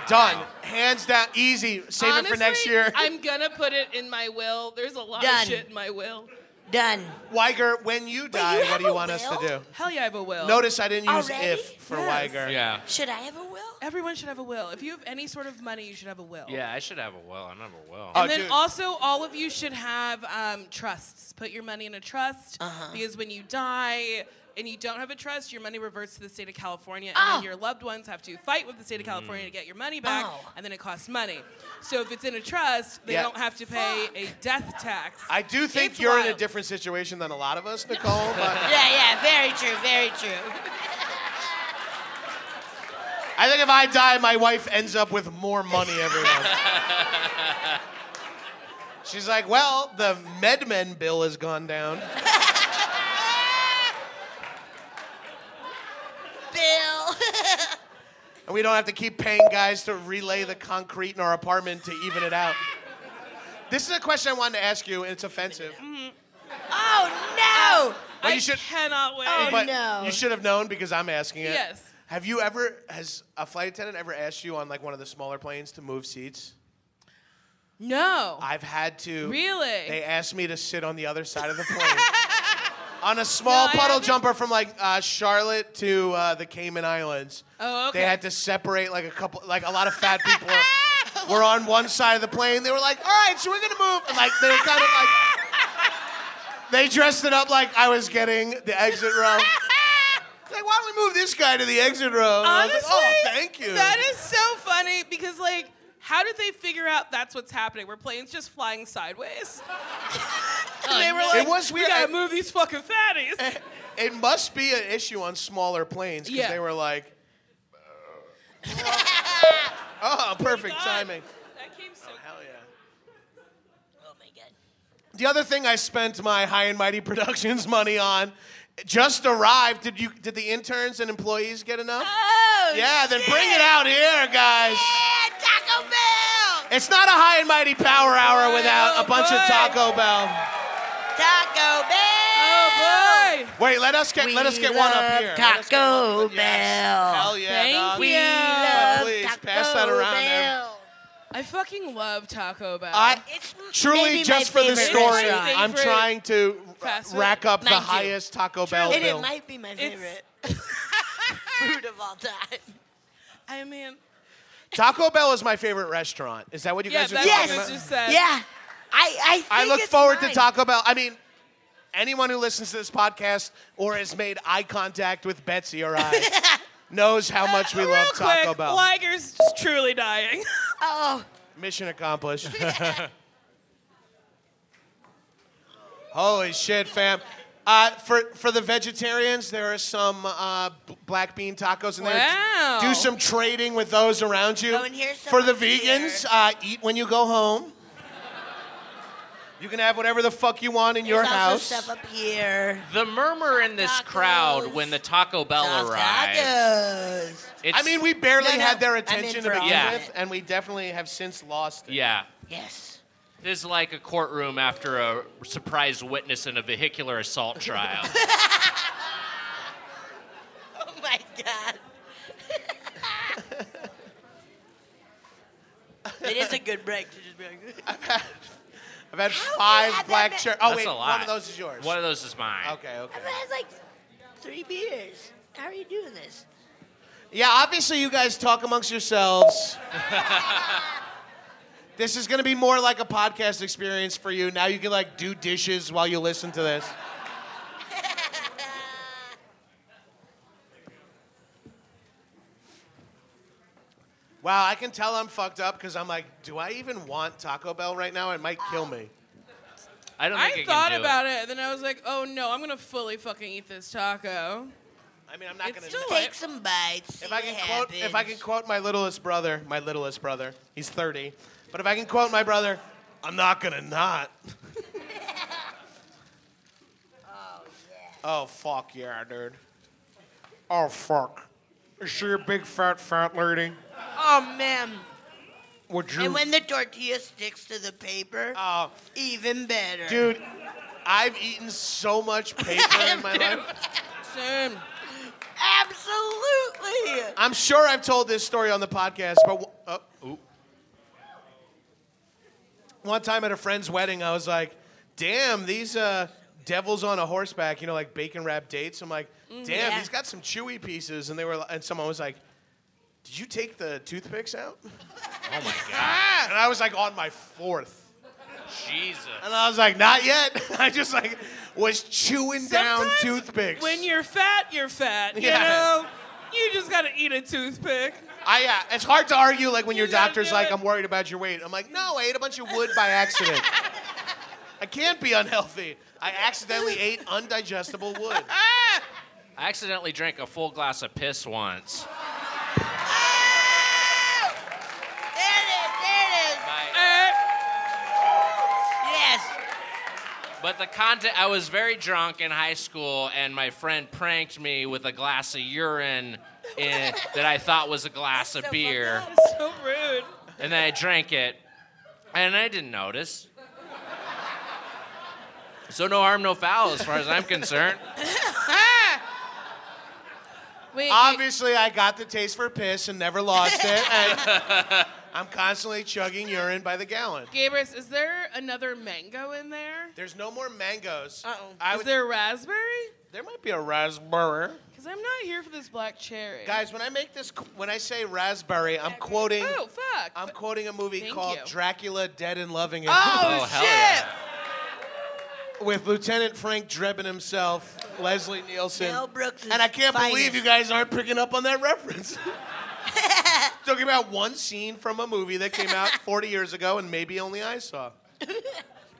Speaker 1: Done. Hands down. Easy. Save it for next
Speaker 3: Honestly,
Speaker 1: year.
Speaker 3: I'm gonna put it in my will. There's a lot
Speaker 2: Done.
Speaker 3: of shit in my will.
Speaker 2: Done.
Speaker 1: Weiger, when you die, what
Speaker 2: have
Speaker 1: do you
Speaker 2: a
Speaker 1: want us to
Speaker 2: will?
Speaker 1: do?
Speaker 3: Hell yeah, I have a will.
Speaker 1: Notice I didn't use
Speaker 2: Already?
Speaker 1: if for
Speaker 3: Yes.
Speaker 1: Weiger.
Speaker 4: Yeah.
Speaker 2: Should I have a will?
Speaker 3: Everyone should have a will. If you have any sort of money, you should have a will.
Speaker 4: Yeah, I should have a will. I don't have a will.
Speaker 1: Oh,
Speaker 3: And then
Speaker 1: dude.
Speaker 3: also, all of you should have um, trusts. Put your money in a trust
Speaker 1: Uh-huh.
Speaker 3: because when you die and you don't have a trust, your money reverts to the state of California, and
Speaker 2: Oh.
Speaker 3: then your loved ones have to fight with the state of California to get your money back,
Speaker 2: Oh.
Speaker 3: and then it costs money. So if it's in a trust, they
Speaker 1: Yeah.
Speaker 3: don't have to pay a death tax.
Speaker 1: I do think
Speaker 3: It's
Speaker 1: you're in a
Speaker 3: wild.
Speaker 1: different situation than a lot of us, Nicole. But
Speaker 2: Yeah, yeah. Very true. Very true.
Speaker 1: I think if I die, my wife ends up with more money every month. She's like, well, the MedMen bill has gone down.
Speaker 2: Bill.
Speaker 1: And we don't have to keep paying guys to relay the concrete in our apartment to even it out. This is a question I wanted to ask you, and it's offensive.
Speaker 2: oh,
Speaker 1: But
Speaker 3: I
Speaker 1: you should-
Speaker 3: cannot wait.
Speaker 2: Oh,
Speaker 1: But
Speaker 2: no.
Speaker 1: you should have known because I'm asking it.
Speaker 3: Yes.
Speaker 1: Have you ever, has a flight attendant ever asked you on like one of the smaller planes to move seats?
Speaker 3: no.
Speaker 1: I've had to.
Speaker 3: Really?
Speaker 1: They asked me to sit on the other side of the plane. on a small
Speaker 3: No, I
Speaker 1: puddle
Speaker 3: haven't-
Speaker 1: jumper from like uh, Charlotte to uh, the Cayman Islands.
Speaker 3: Oh, okay.
Speaker 1: They had to separate like a couple, like a lot of fat people were, were on one side of the plane. They were like, all right, so we're going to move. And like, they were kind of like, they dressed it up like I was getting the exit row. Like, why don't we move this guy to the exit row? And I was
Speaker 3: Honestly,
Speaker 1: like, oh, thank you.
Speaker 3: That is so funny because like, how did they figure out that's what's happening? Were planes just flying sideways? and they were like,
Speaker 1: was
Speaker 3: we
Speaker 1: weird.
Speaker 3: gotta
Speaker 1: I-
Speaker 3: move these fucking fatties.
Speaker 1: It must be an issue on smaller planes because
Speaker 3: Yeah.
Speaker 1: they were like, oh, perfect timing. Oh,
Speaker 3: That came so.
Speaker 1: Hell yeah.
Speaker 2: no. Oh, my God.
Speaker 1: The other thing I spent my High and Mighty Productions money on just arrived. Did you? Did the interns and employees get enough?
Speaker 2: Oh,
Speaker 1: yeah, then bring it out here, guys.
Speaker 2: Yeah, Taco Bell.
Speaker 1: It's not a High and Mighty Power Hour
Speaker 3: Boy,
Speaker 1: without a
Speaker 3: oh,
Speaker 1: bunch of
Speaker 3: boy.
Speaker 1: Taco Bell.
Speaker 2: Taco Bell.
Speaker 3: Oh boy!
Speaker 1: Wait, let us get let us get one up
Speaker 2: love
Speaker 1: here. Let us get
Speaker 2: Taco
Speaker 1: one- yes.
Speaker 2: Bell.
Speaker 1: Hell yeah,
Speaker 3: Thank
Speaker 1: dog.
Speaker 3: you.
Speaker 2: We love
Speaker 1: please,
Speaker 2: Taco
Speaker 1: pass that around, Em.
Speaker 2: Bell.
Speaker 3: I fucking love Taco Bell.
Speaker 1: I
Speaker 2: It's maybe
Speaker 1: truly
Speaker 2: my
Speaker 1: just for the
Speaker 2: favorite
Speaker 1: story,
Speaker 3: restaurant.
Speaker 1: I'm
Speaker 3: Favorite
Speaker 1: trying to
Speaker 3: fast food.
Speaker 1: rack up the
Speaker 2: Mine too.
Speaker 1: highest Taco Bell
Speaker 2: And
Speaker 1: bill.
Speaker 2: it might be my favorite food of all time.
Speaker 3: I mean,
Speaker 1: Taco Bell is my favorite restaurant. Is that what you
Speaker 3: Yeah,
Speaker 1: guys are
Speaker 3: that's
Speaker 1: talking
Speaker 3: what
Speaker 2: Yes.
Speaker 3: Thomas
Speaker 1: about?
Speaker 3: just said-
Speaker 2: Yeah. I I, think
Speaker 1: I look
Speaker 2: it's
Speaker 1: forward
Speaker 2: mine.
Speaker 1: to Taco Bell. I mean, anyone who listens to this podcast or has made eye contact with Betsy or I knows how much we
Speaker 3: Uh, real
Speaker 1: love Taco
Speaker 3: quick,
Speaker 1: Bell.
Speaker 3: Liger's truly dying.
Speaker 2: Oh,
Speaker 1: Mission accomplished. Holy shit, fam. Uh, for, for the vegetarians, there are some uh, b- black bean tacos in there.
Speaker 3: Wow.
Speaker 1: Do some trading with those around you.
Speaker 2: Oh, and here's some
Speaker 1: for the
Speaker 2: up here.
Speaker 1: vegans, uh, eat when you go home. You can have whatever the fuck you want in your
Speaker 2: there's
Speaker 1: house.
Speaker 2: Also stuff up here.
Speaker 4: The murmur in this
Speaker 2: Tacos.
Speaker 4: crowd when the Taco Bell
Speaker 2: Soft
Speaker 4: arrived.
Speaker 2: tacos.
Speaker 4: It's,
Speaker 1: I mean, we barely
Speaker 2: No, no,
Speaker 1: had their
Speaker 2: I'm in
Speaker 1: attention to
Speaker 2: for all
Speaker 1: begin
Speaker 4: of
Speaker 1: with,
Speaker 2: it.
Speaker 1: and we definitely have since lost it.
Speaker 4: Yeah.
Speaker 2: Yes.
Speaker 4: This is like a courtroom after a surprise witness in a vehicular assault trial.
Speaker 2: Oh my god. it is a good break to just be like.
Speaker 1: I've had
Speaker 2: How
Speaker 1: five
Speaker 2: bad that
Speaker 1: black
Speaker 2: ma-
Speaker 1: chairs. Oh,
Speaker 4: That's
Speaker 1: wait,
Speaker 4: a lot.
Speaker 1: one of those is yours.
Speaker 4: One of those is mine.
Speaker 1: okay, okay.
Speaker 2: I've had like three beers. How are you doing this?
Speaker 1: Yeah, obviously you guys talk amongst yourselves. this is going to be more like a podcast experience for you. Now you can like do dishes while you listen to this. Wow, I can tell I'm fucked up because I'm like, do I even want Taco Bell right now? It might kill me.
Speaker 4: I don't think
Speaker 3: I
Speaker 4: it
Speaker 3: thought
Speaker 4: can do
Speaker 3: about it. and then I was like, oh no, I'm gonna fully fucking eat this taco.
Speaker 1: I mean, I'm not
Speaker 3: It's
Speaker 1: going
Speaker 3: still
Speaker 1: to.
Speaker 2: Take some bites. see
Speaker 1: If I
Speaker 2: what
Speaker 1: can quote, if I can
Speaker 2: happens.
Speaker 1: quote my littlest brother, my littlest brother, he's 30. But if I can quote my brother, I'm not gonna not. oh fuck yeah, dude. Oh fuck. Is she a big fat fat lady?
Speaker 2: Oh man.
Speaker 1: Would you?
Speaker 2: And when the tortilla sticks to the paper,
Speaker 1: Oh,
Speaker 2: even better.
Speaker 1: dude, I've eaten so much paper in my life.
Speaker 3: Soon.
Speaker 2: Absolutely.
Speaker 1: I'm sure I've told this story on the podcast, but uh, ooh. one time at a friend's wedding, I was like, "Damn, these uh, devils on a horseback," you know, like bacon wrap dates. I'm like,
Speaker 3: Mm,
Speaker 1: "Damn,
Speaker 2: yeah.
Speaker 1: he's got some chewy pieces," and they were, and someone was like, "Did you take the toothpicks out?"
Speaker 4: Oh my god.
Speaker 1: Ah! And I was like, on my fourth.
Speaker 4: Jesus.
Speaker 1: And I was like, not yet. I just like was chewing down
Speaker 3: Sometimes
Speaker 1: toothpicks.
Speaker 3: When you're fat, you're fat. You
Speaker 1: Yeah.
Speaker 3: know? You just gotta eat a toothpick.
Speaker 1: I yeah, it's hard to argue like when your
Speaker 3: You gotta
Speaker 1: doctor's
Speaker 3: do
Speaker 1: like,
Speaker 3: it.
Speaker 1: I'm worried about your weight. I'm like, no, I ate a bunch of wood by accident. I can't be unhealthy. I accidentally ate undigestible wood.
Speaker 4: I accidentally drank a full glass of piss once.
Speaker 2: Ah! There it is. There it is.
Speaker 4: I-
Speaker 3: Eh,
Speaker 2: Yes.
Speaker 4: but the content, I was very drunk in high school, and my friend pranked me with a glass of urine in, that I thought was a glass of
Speaker 2: so
Speaker 4: beer,
Speaker 2: fucked
Speaker 3: that's so rude.
Speaker 4: and then I drank it, and I didn't notice. So no harm, no foul, as far as I'm concerned.
Speaker 3: Wait,
Speaker 1: Obviously, I got the taste for piss and never lost it. And I'm constantly chugging urine by the gallon.
Speaker 3: Gabrus, is there another mango in there?
Speaker 1: There's no more mangoes.
Speaker 2: Uh-oh.
Speaker 1: I
Speaker 3: Is
Speaker 1: would, there-,
Speaker 3: there raspberry?
Speaker 1: might be a raspberry.
Speaker 3: Because I'm not here for this black cherry.
Speaker 1: Guys, when I make this, qu- when I say raspberry, I'm quoting.
Speaker 3: Oh, fuck.
Speaker 1: I'm quoting a movie
Speaker 3: Thank
Speaker 1: called
Speaker 3: you.
Speaker 1: Dracula Dead and Loving It.
Speaker 4: Oh, hell yeah.
Speaker 1: with Lieutenant Frank Drebin himself, Leslie Nielsen.
Speaker 2: Mel Brooks is
Speaker 1: and I can't
Speaker 2: finest.
Speaker 1: believe you guys aren't picking up on that reference. Talking about one scene from a movie that came out 40 years ago and maybe only I saw.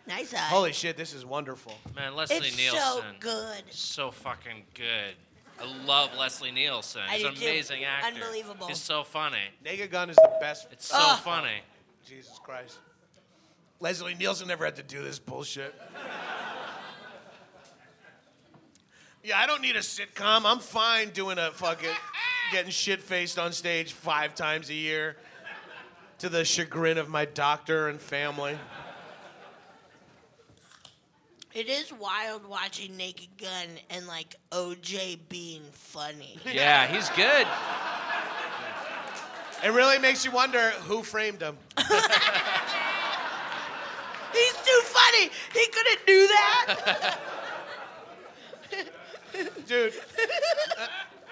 Speaker 2: Nice eye.
Speaker 1: Holy shit, this is wonderful.
Speaker 4: Man, Leslie
Speaker 2: it's
Speaker 4: Nielsen.
Speaker 2: so good.
Speaker 4: so fucking good. I love Leslie Nielsen.
Speaker 2: I
Speaker 4: He's
Speaker 2: do
Speaker 4: an
Speaker 2: too.
Speaker 4: amazing actor.
Speaker 2: Unbelievable.
Speaker 4: He's so funny.
Speaker 1: Nega Gun is the best.
Speaker 4: It's so
Speaker 2: Ah.
Speaker 4: funny.
Speaker 1: Jesus Christ. Leslie Nielsen never had to do this bullshit. Yeah, I don't need a sitcom. I'm fine doing a fucking getting shit faced on stage five times a year to the chagrin of my doctor and family.
Speaker 2: It is wild watching Naked Gun and like OJ being funny.
Speaker 4: Yeah, he's good.
Speaker 1: It really makes you wonder who framed him.
Speaker 2: He's too funny. He couldn't do that.
Speaker 1: Dude, uh,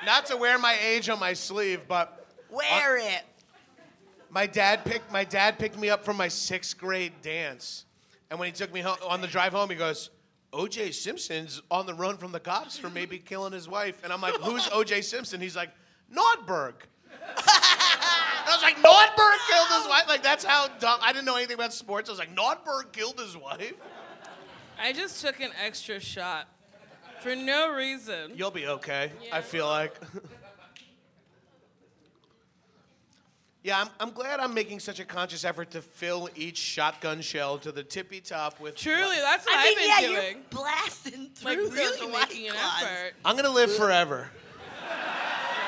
Speaker 1: not to wear my age on my sleeve, but
Speaker 2: Wear it.
Speaker 1: my dad picked my dad picked me up from my sixth grade dance, and when he took me home, on the drive home, he goes, "O.J. Simpson's on the run from the cops for maybe killing his wife," and I'm like, "Who's O.J. Simpson?" He's like, "Nordberg." And I was like, "Nordberg killed his wife." Like that's how dumb. I didn't know anything about sports. I was like, "Nordberg killed his wife."
Speaker 3: I just took an extra shot for no reason.
Speaker 1: You'll be okay. I feel like. yeah, I'm, I'm glad I'm making such a conscious effort to fill each shotgun shell to the tippy top with.
Speaker 3: Truly, that's what
Speaker 2: I mean, yeah,
Speaker 3: have been
Speaker 2: you're
Speaker 3: doing.
Speaker 2: blasting
Speaker 3: Like
Speaker 2: through
Speaker 3: really
Speaker 2: those
Speaker 3: making an
Speaker 2: white claws.
Speaker 3: effort.
Speaker 1: I'm gonna live forever.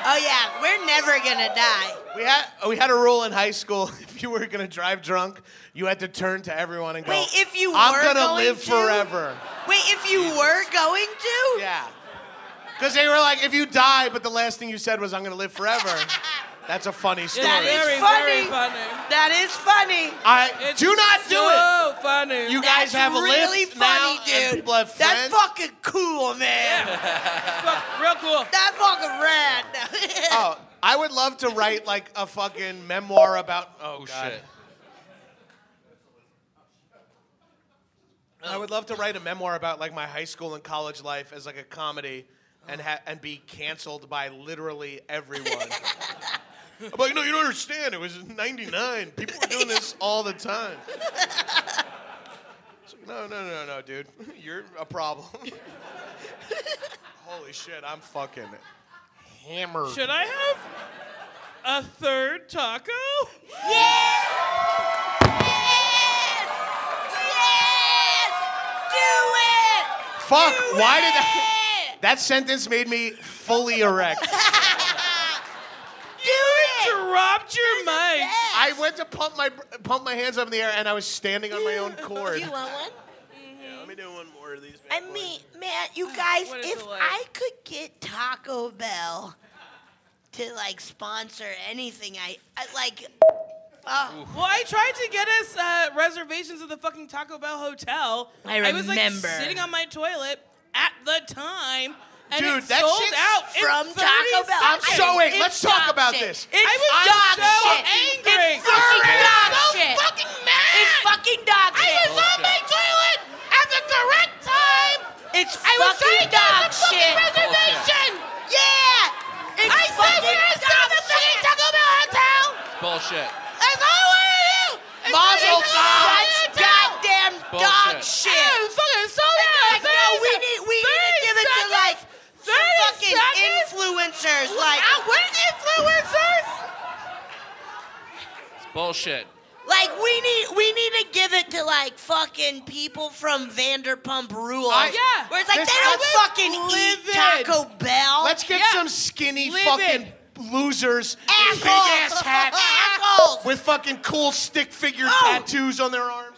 Speaker 2: Oh yeah, we're never gonna die.
Speaker 1: We had we had a rule in high school. If you were gonna drive drunk, you had to turn to everyone and go.
Speaker 2: Wait, if you
Speaker 1: I'm
Speaker 2: were
Speaker 1: gonna
Speaker 2: going
Speaker 1: live
Speaker 2: to?
Speaker 1: forever.
Speaker 2: Wait, if you were going to?
Speaker 1: Yeah. Because they were like, if you die, but the last thing you said was, "I'm gonna live forever." That's a funny story.
Speaker 2: That is
Speaker 3: very,
Speaker 2: funny.
Speaker 3: very funny.
Speaker 2: That is funny.
Speaker 1: I
Speaker 3: It's
Speaker 1: do not do it.
Speaker 3: so funny.
Speaker 1: You guys
Speaker 2: That's
Speaker 1: have a
Speaker 2: really
Speaker 1: lift
Speaker 2: funny,
Speaker 1: now,
Speaker 2: dude.
Speaker 1: and people have
Speaker 2: That's
Speaker 1: friends.
Speaker 2: fucking cool, man.
Speaker 3: Fuck, real cool.
Speaker 2: That's fucking rad.
Speaker 1: Oh, I would love to write like a fucking memoir about. Oh,
Speaker 4: Oh,
Speaker 1: God.
Speaker 4: shit.
Speaker 1: I would love to write a memoir about like my high school and college life as like a comedy, and ha- and be canceled by literally everyone. I'm like, no, you don't understand. It was '99. People were doing this all the time. It's like, no, no, no, no, dude. You're a problem. Holy shit, I'm fucking hammered.
Speaker 3: Should I have a third taco?
Speaker 2: Yes! Yes! Yes! Do it!
Speaker 1: Fuck!
Speaker 2: Do
Speaker 1: Why did that?
Speaker 2: it!
Speaker 1: That sentence made me fully erect.
Speaker 2: Do it!
Speaker 3: Dropped your mic.
Speaker 1: I went to pump my pump my hands up in the air, and I was standing on my own cord.
Speaker 2: You want one?
Speaker 1: Yeah, let me do one more of these.
Speaker 2: I mean, man, you guys,
Speaker 3: What is
Speaker 2: if
Speaker 3: it like?
Speaker 2: I could get Taco Bell to like sponsor anything, I, I like. Oh,
Speaker 3: Well, I tried to get us uh, reservations at the fucking Taco Bell hotel.
Speaker 2: I
Speaker 3: was like
Speaker 2: remember.
Speaker 3: sitting on my toilet at the time, and
Speaker 1: Dude,
Speaker 3: it
Speaker 1: that
Speaker 3: sold
Speaker 1: shit's
Speaker 3: out in
Speaker 2: from
Speaker 3: 30
Speaker 2: Taco Bell.
Speaker 1: I'm
Speaker 3: seconds.
Speaker 1: so
Speaker 2: I-
Speaker 1: wait,
Speaker 2: it's
Speaker 1: let's talk
Speaker 2: dog
Speaker 1: about
Speaker 2: shit.
Speaker 1: this.
Speaker 2: It's
Speaker 3: I was
Speaker 2: dog
Speaker 3: so
Speaker 2: shit.
Speaker 3: angry.
Speaker 2: It's fucking
Speaker 3: I was
Speaker 2: dog
Speaker 3: so
Speaker 2: shit.
Speaker 3: fucking mad.
Speaker 2: It's fucking dog shit. I was on my toilet at the correct time. It's fucking dog shit.
Speaker 4: reservation.
Speaker 2: Yeah. It's I fucking dog shit. Taco Bell hotel.
Speaker 4: Bullshit.
Speaker 2: That's all I do.
Speaker 1: Mazel tov.
Speaker 2: Goddamn dog
Speaker 4: Bullshit.
Speaker 2: shit. fucking sold Like, no, we need we need to give it to like some fucking influencers. Like, uh, what influencers?
Speaker 4: It's bullshit.
Speaker 2: Like we need we need to give it to like fucking people from Vanderpump Rules.
Speaker 1: I-
Speaker 3: Yeah.
Speaker 2: Where it's like
Speaker 1: This-
Speaker 2: they don't
Speaker 1: let's
Speaker 2: fucking
Speaker 3: live
Speaker 2: eat
Speaker 3: it.
Speaker 2: Taco Bell.
Speaker 1: Let's get
Speaker 3: Yeah.
Speaker 1: some skinny
Speaker 3: Live
Speaker 1: fucking losers,
Speaker 2: assholes.
Speaker 1: big ass hats
Speaker 2: assholes.
Speaker 1: with fucking cool stick figure
Speaker 2: Oh.
Speaker 1: tattoos on their arms.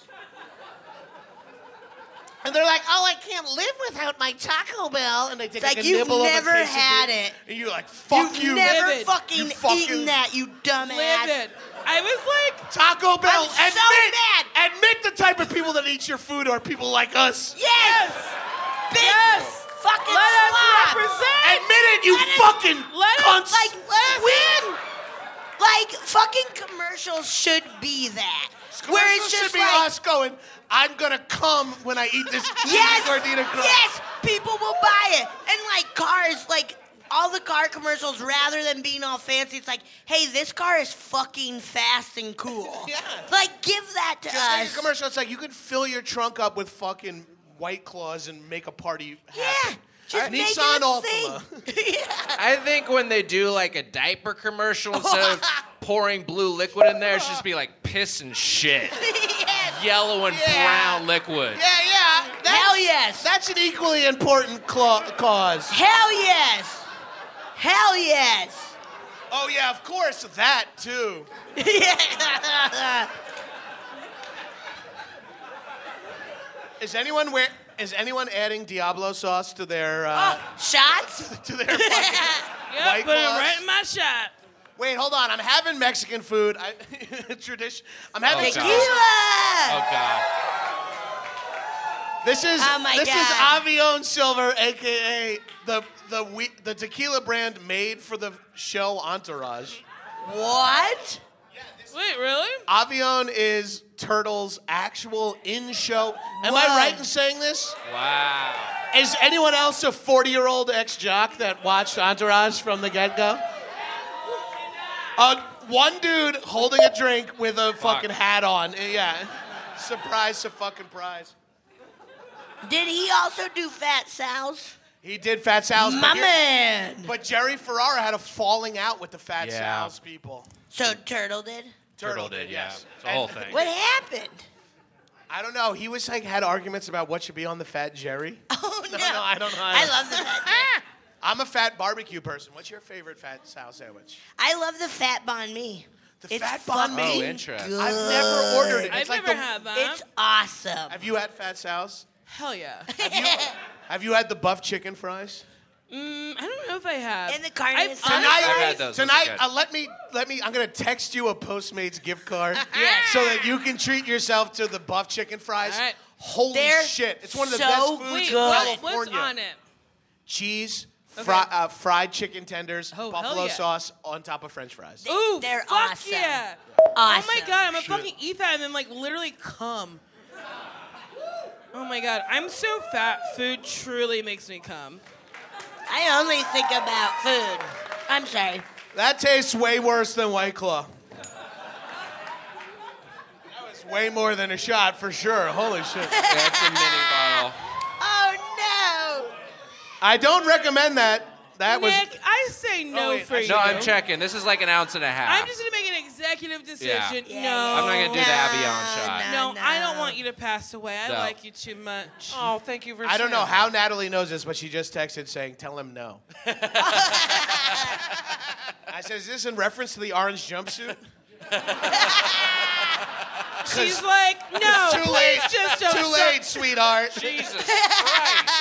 Speaker 2: And they're like, oh, I can't live
Speaker 1: Without my Taco Bell, and they take
Speaker 2: It's like
Speaker 1: a
Speaker 2: you've
Speaker 1: nibble of a
Speaker 2: never
Speaker 1: quesadilla,
Speaker 2: had it.
Speaker 1: and you're like, fuck
Speaker 2: You've
Speaker 1: you.
Speaker 2: never
Speaker 3: Live it.
Speaker 2: fucking,
Speaker 1: You fucking-
Speaker 2: eaten that, you dumbass.
Speaker 3: livid. I was like,
Speaker 1: Taco Bell,
Speaker 2: I'm so
Speaker 1: admit,
Speaker 2: mad.
Speaker 1: admit the type of people that eat your food are people like us.
Speaker 2: Yes, bitch.
Speaker 3: Yes.
Speaker 2: Fucking
Speaker 3: let us
Speaker 2: slob.
Speaker 3: represent.
Speaker 1: Admit it, you
Speaker 2: Let it-
Speaker 1: fucking
Speaker 3: let it-
Speaker 1: cunts.
Speaker 2: Like win. Like fucking commercials should be that. Where
Speaker 1: Commercials
Speaker 2: it's just
Speaker 1: should be
Speaker 2: like,
Speaker 1: us going, I'm gonna come when I eat this cheesy
Speaker 2: Yes,
Speaker 1: gordita crust.
Speaker 2: yes, people will buy it. And like cars, like all the car commercials, rather than being all fancy, it's like, hey, this car is fucking fast and cool.
Speaker 1: Yeah.
Speaker 2: Like, give that to
Speaker 1: Just make a
Speaker 2: us.
Speaker 1: commercial. It's like you can fill your trunk up with fucking white claws and make a party
Speaker 2: Yeah.
Speaker 1: happen.
Speaker 2: Just make it
Speaker 1: Nissan
Speaker 2: a
Speaker 1: Altima.
Speaker 2: thing. yeah.
Speaker 4: I think when they do like a diaper commercial, instead of pouring blue liquid in there, it should just be like piss and shit.
Speaker 2: yes.
Speaker 4: Yellow and
Speaker 1: Yeah.
Speaker 4: brown liquid.
Speaker 1: Yeah, yeah. That's,
Speaker 2: Hell yes.
Speaker 1: That's an equally important claw- cause.
Speaker 2: Hell yes. Hell yes.
Speaker 1: Oh yeah, of course that too.
Speaker 2: yeah.
Speaker 1: Is anyone where? Is anyone adding Diablo sauce to their uh,
Speaker 2: Oh, Shots?
Speaker 1: to their fucking
Speaker 3: Yep,
Speaker 1: White
Speaker 3: put it
Speaker 1: Claws?
Speaker 3: right in my shot.
Speaker 1: Wait, hold on. I'm having Mexican food. I, tradition. I'm having.
Speaker 4: Oh, God.
Speaker 2: Tequila.
Speaker 4: Oh God.
Speaker 1: This is
Speaker 2: Oh, my
Speaker 1: this
Speaker 2: God.
Speaker 1: is Avion Silver, aka the the we, the tequila brand made for the show Entourage.
Speaker 2: What?
Speaker 3: Wait, really?
Speaker 1: Avion is Turtle's actual in-show. Am
Speaker 2: Wow.
Speaker 1: I right in saying this?
Speaker 4: Wow.
Speaker 1: Is anyone else a 40-year-old ex-jock that watched Entourage from the get-go? Uh, one dude holding a drink with a fucking hat on. Uh, Yeah. Surprise to fucking prize.
Speaker 2: Did he also do Fat Sal's?
Speaker 1: He did Fat Sal's. but
Speaker 2: My
Speaker 1: here-
Speaker 2: man.
Speaker 1: But Jerry Ferrara had a falling out with the Fat
Speaker 4: Yeah.
Speaker 1: Sal's people.
Speaker 2: So Turtle did.
Speaker 4: Turtle did, yeah.
Speaker 1: yes.
Speaker 4: It's a whole
Speaker 1: And-
Speaker 4: thing.
Speaker 2: What happened?
Speaker 1: I don't know. He was like had arguments about what should be on the Fat Jerry.
Speaker 2: Oh no!
Speaker 1: no, I don't know.
Speaker 2: I love the fat.
Speaker 1: I'm a fat barbecue person. What's your favorite Fat Sal sandwich?
Speaker 2: I love the fat banh mi.
Speaker 1: The fat banh mi?
Speaker 2: fucking
Speaker 4: Oh, interesting.
Speaker 2: good.
Speaker 1: I've never ordered it.
Speaker 3: I've
Speaker 1: It's like
Speaker 3: never
Speaker 1: the-
Speaker 3: had that.
Speaker 2: It's awesome.
Speaker 1: Have you had Fat Sal's?
Speaker 3: Hell yeah. Um,
Speaker 1: Have you had the buff chicken fries?
Speaker 3: Mm, I don't know if I have.
Speaker 2: And the carne
Speaker 3: I've
Speaker 2: asada.
Speaker 3: honestly-
Speaker 4: I've had those. Those are
Speaker 1: Tonight,
Speaker 4: good.
Speaker 1: uh, let me let me. I'm gonna text you a Postmates gift card so that you can treat yourself to the buff chicken fries.
Speaker 3: All right.
Speaker 1: Holy
Speaker 2: They're
Speaker 1: shit! It's one of the
Speaker 2: so
Speaker 1: best foods
Speaker 3: Wait,
Speaker 1: in
Speaker 3: what,
Speaker 1: California.
Speaker 3: what's on it?
Speaker 1: cheese, fri- uh, fried chicken tenders,
Speaker 3: Oh, hell
Speaker 1: buffalo
Speaker 3: yeah.
Speaker 1: sauce on top of French fries.
Speaker 3: Ooh,
Speaker 2: They're
Speaker 3: fuck
Speaker 2: awesome.
Speaker 3: yeah.
Speaker 2: Awesome.
Speaker 3: Oh my god, I'm gonna fucking eat that and then like literally cum. Oh my god, I'm so fat. Food truly makes me cum.
Speaker 2: I only think about food. I'm sorry.
Speaker 1: That tastes way worse than White Claw. That was way more than a shot for sure. Holy shit!
Speaker 4: Yeah, it's a mini bottle.
Speaker 2: Oh
Speaker 1: I don't recommend that. That was
Speaker 3: Nick, I say no
Speaker 1: Oh, wait,
Speaker 3: for
Speaker 1: I
Speaker 3: you.
Speaker 1: should-
Speaker 4: No, I'm checking. This is like an ounce and a half.
Speaker 3: I'm just gonna make an executive
Speaker 4: Yeah.
Speaker 3: decision.
Speaker 2: Yeah,
Speaker 3: No,
Speaker 2: yeah,
Speaker 4: I'm not gonna do the Avion
Speaker 2: No,
Speaker 4: shot.
Speaker 2: no.
Speaker 3: No, I don't want you to pass away. I
Speaker 4: No.
Speaker 3: like you too much.
Speaker 4: Oh, thank you for.
Speaker 1: I don't know how Natalie knows this, but she just texted saying, "Tell him no." I said, "Is this in reference to the orange jumpsuit?"
Speaker 3: She's like, no,
Speaker 1: It's too late.
Speaker 3: please just don't.
Speaker 1: Too late, sweetheart.
Speaker 4: Jesus Christ.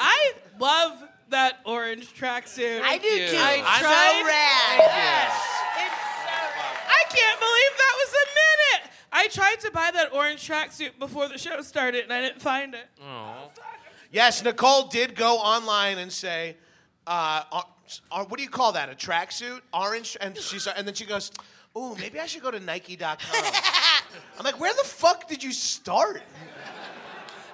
Speaker 3: I love that orange tracksuit.
Speaker 2: no! I do
Speaker 4: you.
Speaker 2: too.
Speaker 4: I
Speaker 2: It's
Speaker 3: tried.
Speaker 2: so rad.
Speaker 3: I can't believe that was a minute. I tried to buy that orange tracksuit before the show started and I didn't find it.
Speaker 1: Mm. Yes, Nicole did go online and say, uh, or, or- "What do you call that? A tracksuit? Orange?" And she's and then she goes, "Ooh, maybe I should go to Nike.com." I'm like, "Where the fuck did you start?"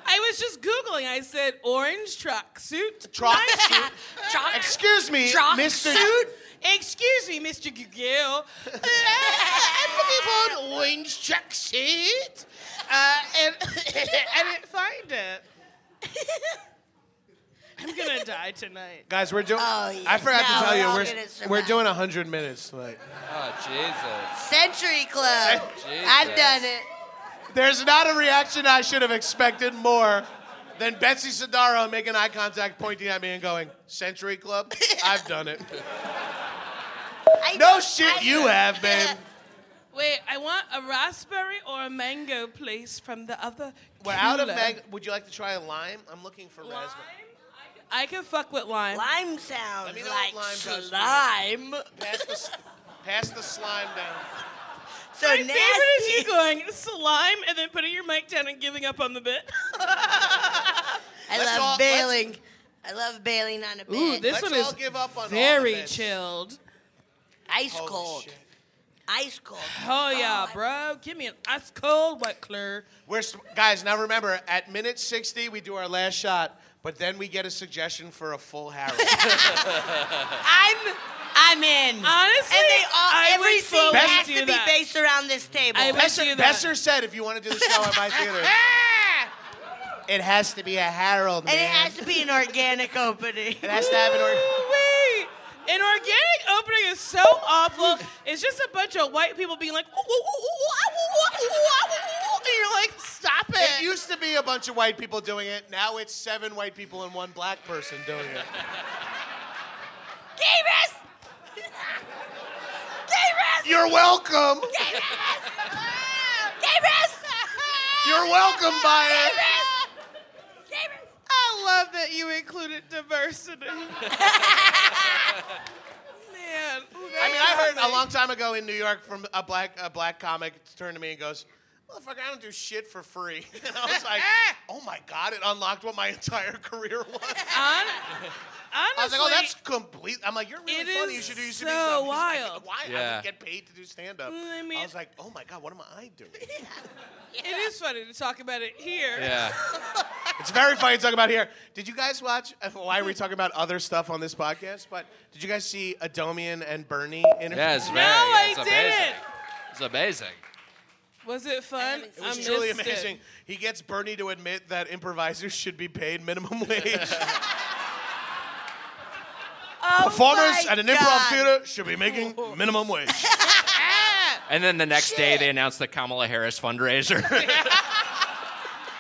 Speaker 3: I was just Googling. I said orange tracksuit.
Speaker 1: Tracksuit.
Speaker 2: Chalk-
Speaker 1: Excuse me,
Speaker 2: Track
Speaker 1: Mister.
Speaker 2: suit?
Speaker 3: Excuse me, Mr. Google.
Speaker 6: I put it on orange tracksuit, uh, and I didn't find it.
Speaker 3: I'm going to die tonight.
Speaker 1: Guys, we're doing.
Speaker 2: Oh, yeah.
Speaker 1: I forgot
Speaker 2: No,
Speaker 1: to tell
Speaker 2: we're
Speaker 1: you,
Speaker 2: all
Speaker 1: we're
Speaker 2: gonna survive.
Speaker 1: we're doing hundred minutes tonight.
Speaker 4: Oh Jesus.
Speaker 2: Century Club.
Speaker 4: Jesus.
Speaker 2: I've done it.
Speaker 1: There's not a reaction I should have expected more than Betsy Sidaro making eye contact, pointing at me, and going, "Century Club, I've done it."
Speaker 2: I
Speaker 1: No
Speaker 2: don't- I-
Speaker 1: shit, you have, babe.
Speaker 3: Wait, I want a raspberry or a mango, please, from the other.
Speaker 1: We're out of
Speaker 3: cooler.
Speaker 1: mag. Would you like to try a lime? I'm looking for
Speaker 3: Lime?
Speaker 1: raspberry.
Speaker 3: I can fuck with lime.
Speaker 2: Lime sounds
Speaker 1: Let me know what
Speaker 2: like
Speaker 1: lime does
Speaker 2: slime.
Speaker 1: Pass the, s- pass the slime down.
Speaker 2: So
Speaker 3: My
Speaker 2: nasty.
Speaker 3: favorite is you going slime and then putting your mic down and giving up on the bit.
Speaker 2: I
Speaker 1: Let's
Speaker 2: love
Speaker 1: all- let's-
Speaker 2: bailing. I love bailing on a bed.
Speaker 3: Ooh,
Speaker 1: Let's
Speaker 3: this one
Speaker 1: all
Speaker 3: is
Speaker 1: give up on all the
Speaker 3: very
Speaker 1: bits.
Speaker 3: chilled.
Speaker 2: ice
Speaker 1: Holy
Speaker 2: cold.
Speaker 1: shit.
Speaker 2: Ice cold.
Speaker 3: Oh yeah, bro. Give me an ice cold white clear.
Speaker 1: We're s- guys. Now remember, at minute 60, we do our last shot, but then we get a suggestion for a full Harold.
Speaker 2: I'm I'm in.
Speaker 3: Honestly,
Speaker 2: and they all
Speaker 3: I
Speaker 2: every
Speaker 3: would
Speaker 2: scene
Speaker 3: fully
Speaker 2: has
Speaker 3: do
Speaker 2: to be
Speaker 3: that.
Speaker 2: based around this table.
Speaker 3: I would do
Speaker 1: Besser,
Speaker 3: that.
Speaker 1: Besser said, "If you want to do the show at my theater,
Speaker 3: Ah!
Speaker 1: it has to be a Harold, man.
Speaker 2: and it has to be an organic opening.
Speaker 1: It has to have an or-
Speaker 3: Ooh-wee. An organic opening is so awful. It's just a bunch of white people being like, "Ooh, ooh, ooh, ooh, ooh, ooh, ooh, ooh, ooh," and you're like, stop it.
Speaker 1: It used to be a bunch of white people doing it. Now it's seven white people and one black person doing it.
Speaker 2: Davis! Davis!
Speaker 1: You're welcome.
Speaker 2: Davis!
Speaker 1: You're welcome, Byron.
Speaker 2: Davis!
Speaker 3: I love that you included diversity.
Speaker 1: long time ago in New York, from a black a black comic turned to me and goes, "Motherfucker, I don't do shit for free." And I was like, "Oh my god!" It unlocked what my entire career was.
Speaker 3: Hon- honestly,
Speaker 1: I was like, "Oh, that's complete." I'm like, "You're
Speaker 3: It
Speaker 1: really funny.
Speaker 3: is
Speaker 1: You should do." You should
Speaker 3: so
Speaker 1: do stand-up." He's like,
Speaker 3: wild.
Speaker 1: Why I
Speaker 4: Yeah.
Speaker 1: would get paid to do stand up?
Speaker 3: Mm, I
Speaker 1: I,
Speaker 3: mean-
Speaker 1: was like, "Oh my god, what am I doing?"
Speaker 3: it is funny to talk about it here.
Speaker 4: Yeah.
Speaker 1: It's very funny to talk about here. Did you guys watch? Why are we talking about other stuff on this podcast? But did you guys see Adomian and Bernie interview?
Speaker 4: Yeah, it's very,
Speaker 3: No,
Speaker 4: yeah, it's
Speaker 3: I
Speaker 4: amazing.
Speaker 3: didn't.
Speaker 4: It's amazing.
Speaker 3: Was it fun?
Speaker 2: It
Speaker 1: It
Speaker 3: I
Speaker 1: was truly
Speaker 3: missed it.
Speaker 1: amazing. He gets Bernie to admit that improvisers should be paid minimum wage.
Speaker 2: Oh
Speaker 1: Performers
Speaker 2: my
Speaker 1: at an
Speaker 2: God.
Speaker 1: improv theater should be making minimum wage.
Speaker 4: And then the next day,
Speaker 2: Shit.
Speaker 4: they announced the Kamala Harris fundraiser.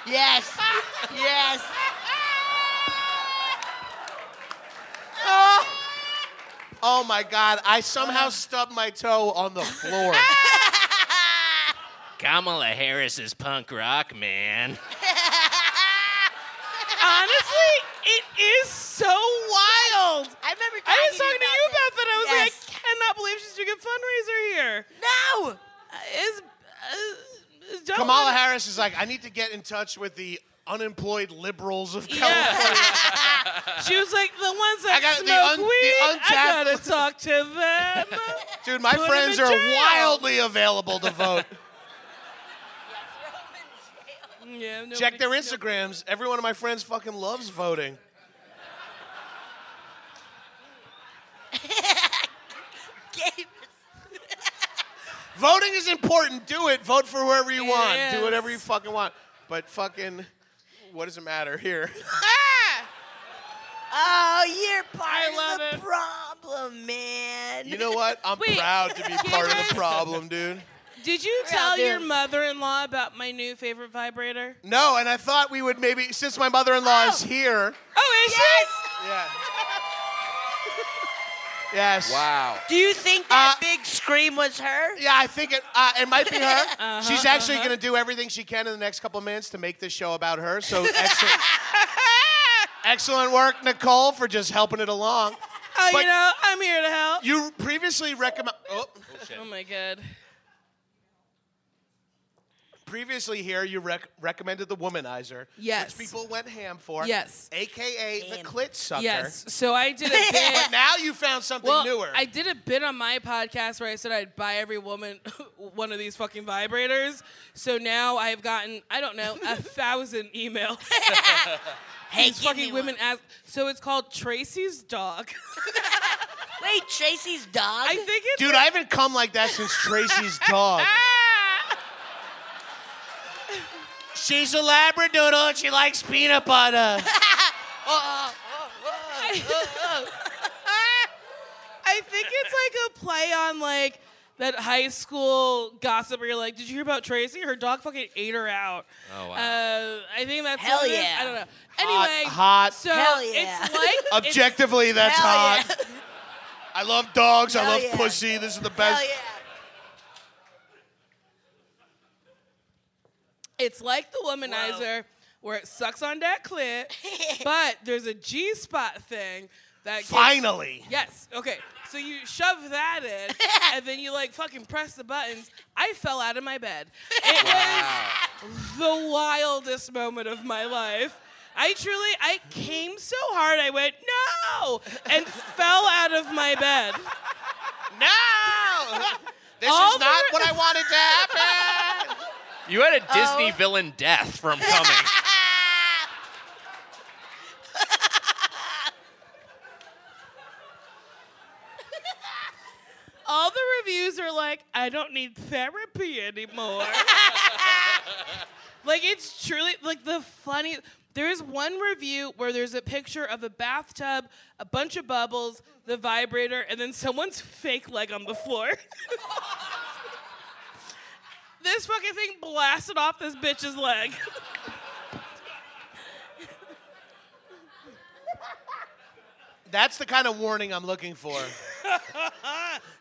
Speaker 2: Yes. Yes.
Speaker 1: oh my God! I somehow stubbed my toe on the floor.
Speaker 4: Kamala Harris is punk rock, man.
Speaker 3: Honestly, it is so wild.
Speaker 2: I remember. Talking
Speaker 3: I was talking to you about
Speaker 2: this.
Speaker 3: that. I was
Speaker 2: yes.
Speaker 3: like, I cannot believe she's doing a fundraiser here.
Speaker 2: No.
Speaker 3: Uh, Is uh, is Donald-
Speaker 1: Kamala Harris is like, I need to get in touch with the unemployed liberals of California.
Speaker 3: Yeah. she was like the ones that
Speaker 1: I got the
Speaker 3: smoke
Speaker 1: un- the
Speaker 3: weed. I
Speaker 1: untapped-
Speaker 3: gotta talk to them.
Speaker 1: Dude, my
Speaker 3: Put 'em
Speaker 1: friends
Speaker 3: in
Speaker 1: are
Speaker 3: jail.
Speaker 1: wildly available to vote.
Speaker 3: Yeah, nobody-
Speaker 1: Check their
Speaker 3: no-
Speaker 1: Instagrams. Every one of my friends fucking loves voting.
Speaker 2: Gave
Speaker 1: Voting is important. Do it. Vote for whoever you want.
Speaker 3: Yes.
Speaker 1: Do whatever you fucking want. But fucking, what does it matter here?
Speaker 2: Oh, you're part
Speaker 3: I
Speaker 2: of
Speaker 3: love
Speaker 2: the
Speaker 3: it.
Speaker 2: problem, man.
Speaker 1: You know what? I'm
Speaker 3: Wait.
Speaker 1: proud to be
Speaker 3: Can
Speaker 1: part of
Speaker 3: I-
Speaker 1: the problem, dude.
Speaker 3: Did you
Speaker 2: Real
Speaker 3: tell your
Speaker 2: dude.
Speaker 3: mother-in-law about my new favorite vibrator?
Speaker 1: No, and I thought we would maybe, since my mother-in-law is here.
Speaker 3: Oh, is
Speaker 2: Yes.
Speaker 1: Yeah. yes.
Speaker 4: Wow.
Speaker 2: Do you think that
Speaker 1: Uh,
Speaker 2: big scream was her?
Speaker 1: Yeah, I think it. Uh, it might be her.
Speaker 3: Uh-huh,
Speaker 1: She's actually going to do everything she can in the next couple minutes to make this show about her. So excellent, excellent work, Nicole, for just helping it along.
Speaker 3: she? Oh,
Speaker 1: But-
Speaker 3: you know, I'm here to help.
Speaker 1: You previously recommend. Oh,
Speaker 3: Oh my god.
Speaker 1: previously here, you rec- recommended the womanizer.
Speaker 3: Yes.
Speaker 1: Which people went ham for.
Speaker 3: Yes.
Speaker 1: AKA
Speaker 2: Ham.
Speaker 1: the clit sucker.
Speaker 3: Yes. So I did a bit.
Speaker 1: But now you found something
Speaker 3: well,
Speaker 1: newer.
Speaker 3: I did a bit on my podcast where I said I'd buy every woman one of these fucking vibrators. So now I've gotten I don't know a thousand emails.
Speaker 2: Hey,
Speaker 3: These
Speaker 2: give
Speaker 3: fucking
Speaker 2: me
Speaker 3: women
Speaker 2: one.
Speaker 3: ask. So it's called Tracy's dog.
Speaker 2: Wait, Tracy's dog.
Speaker 3: I think it's
Speaker 1: Dude, I haven't come like that since Tracy's dog. She's a labradoodle and she likes peanut butter.
Speaker 3: I think it's like a play on like that high school gossip where you're like, did you hear about Tracy? Her dog fucking ate her out.
Speaker 4: Oh, wow.
Speaker 3: Uh, I think that's
Speaker 2: Hell
Speaker 3: what it is.
Speaker 2: yeah.
Speaker 3: I don't know.
Speaker 1: Hot,
Speaker 3: Anyway,
Speaker 1: hot.
Speaker 3: So
Speaker 2: Hell yeah.
Speaker 3: it's like it's-
Speaker 1: Objectively, that's
Speaker 2: Hell
Speaker 1: hot.
Speaker 2: yeah.
Speaker 1: I love dogs. I
Speaker 2: Hell
Speaker 1: love
Speaker 2: yeah.
Speaker 1: pussy. This is the
Speaker 2: Hell
Speaker 1: best.
Speaker 2: yeah.
Speaker 3: It's like the womanizer where it sucks on that clit, but there's a G spot thing that gets-
Speaker 1: Finally.
Speaker 3: Yes. Okay. So you shove that in, and then you like fucking press the buttons. I fell out of my bed. It was the wildest moment of my life. I truly, I came so hard, I went no, and fell out of my bed.
Speaker 1: No! This
Speaker 3: All
Speaker 1: is not
Speaker 3: the-
Speaker 1: what I wanted to happen.
Speaker 4: You had
Speaker 3: Oh.
Speaker 4: a Disney villain death from coming.
Speaker 3: All the reviews are like, I don't need therapy anymore. like it's truly like the funny. There is one review where there's a picture of a bathtub, a bunch of bubbles, the vibrator, and then someone's fake leg on the floor. this fucking thing blasted off this bitch's leg.
Speaker 1: That's the kind of warning I'm looking for.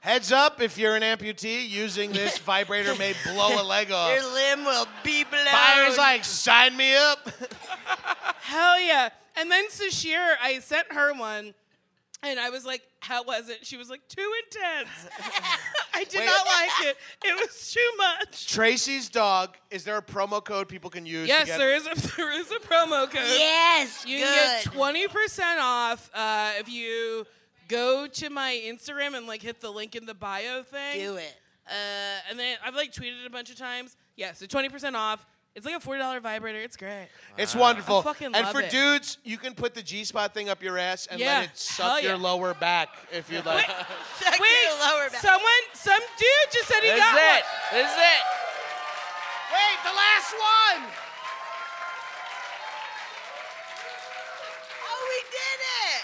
Speaker 1: Heads up if you're an amputee, using this vibrator may blow a leg
Speaker 2: Your
Speaker 1: off.
Speaker 2: limb will be blown.
Speaker 1: Buyer's like, sign me up.
Speaker 3: Hell yeah. And then Sashir, I sent her one And I was like, how was it? She was like, too intense. I did not like it. It was too much.
Speaker 1: Tracy's dog. Is there a promo code people can use? to
Speaker 3: Yes,
Speaker 1: get-
Speaker 3: there is a there is a promo code.
Speaker 2: Yes,
Speaker 3: You
Speaker 2: good.
Speaker 3: can get twenty percent off uh, if you go to my Instagram and like hit the link in the bio thing.
Speaker 2: Do it.
Speaker 3: Uh, and then I've like tweeted it a bunch of times. Yeah, so twenty percent off. It's like a forty dollar vibrator. It's great.
Speaker 1: It's wonderful.
Speaker 3: I fucking
Speaker 1: and
Speaker 3: love
Speaker 1: for
Speaker 3: it.
Speaker 1: dudes, you can put the G spot thing up your ass and
Speaker 3: Yeah,
Speaker 1: let it suck
Speaker 3: hell yeah.
Speaker 1: your lower back if you'd like.
Speaker 2: Suck
Speaker 3: Wait,
Speaker 2: your lower back.
Speaker 3: someone, some dude just said he
Speaker 4: This is
Speaker 3: got
Speaker 4: it.
Speaker 3: one.
Speaker 4: This is it.
Speaker 1: Wait, the last one.
Speaker 2: oh, we did it.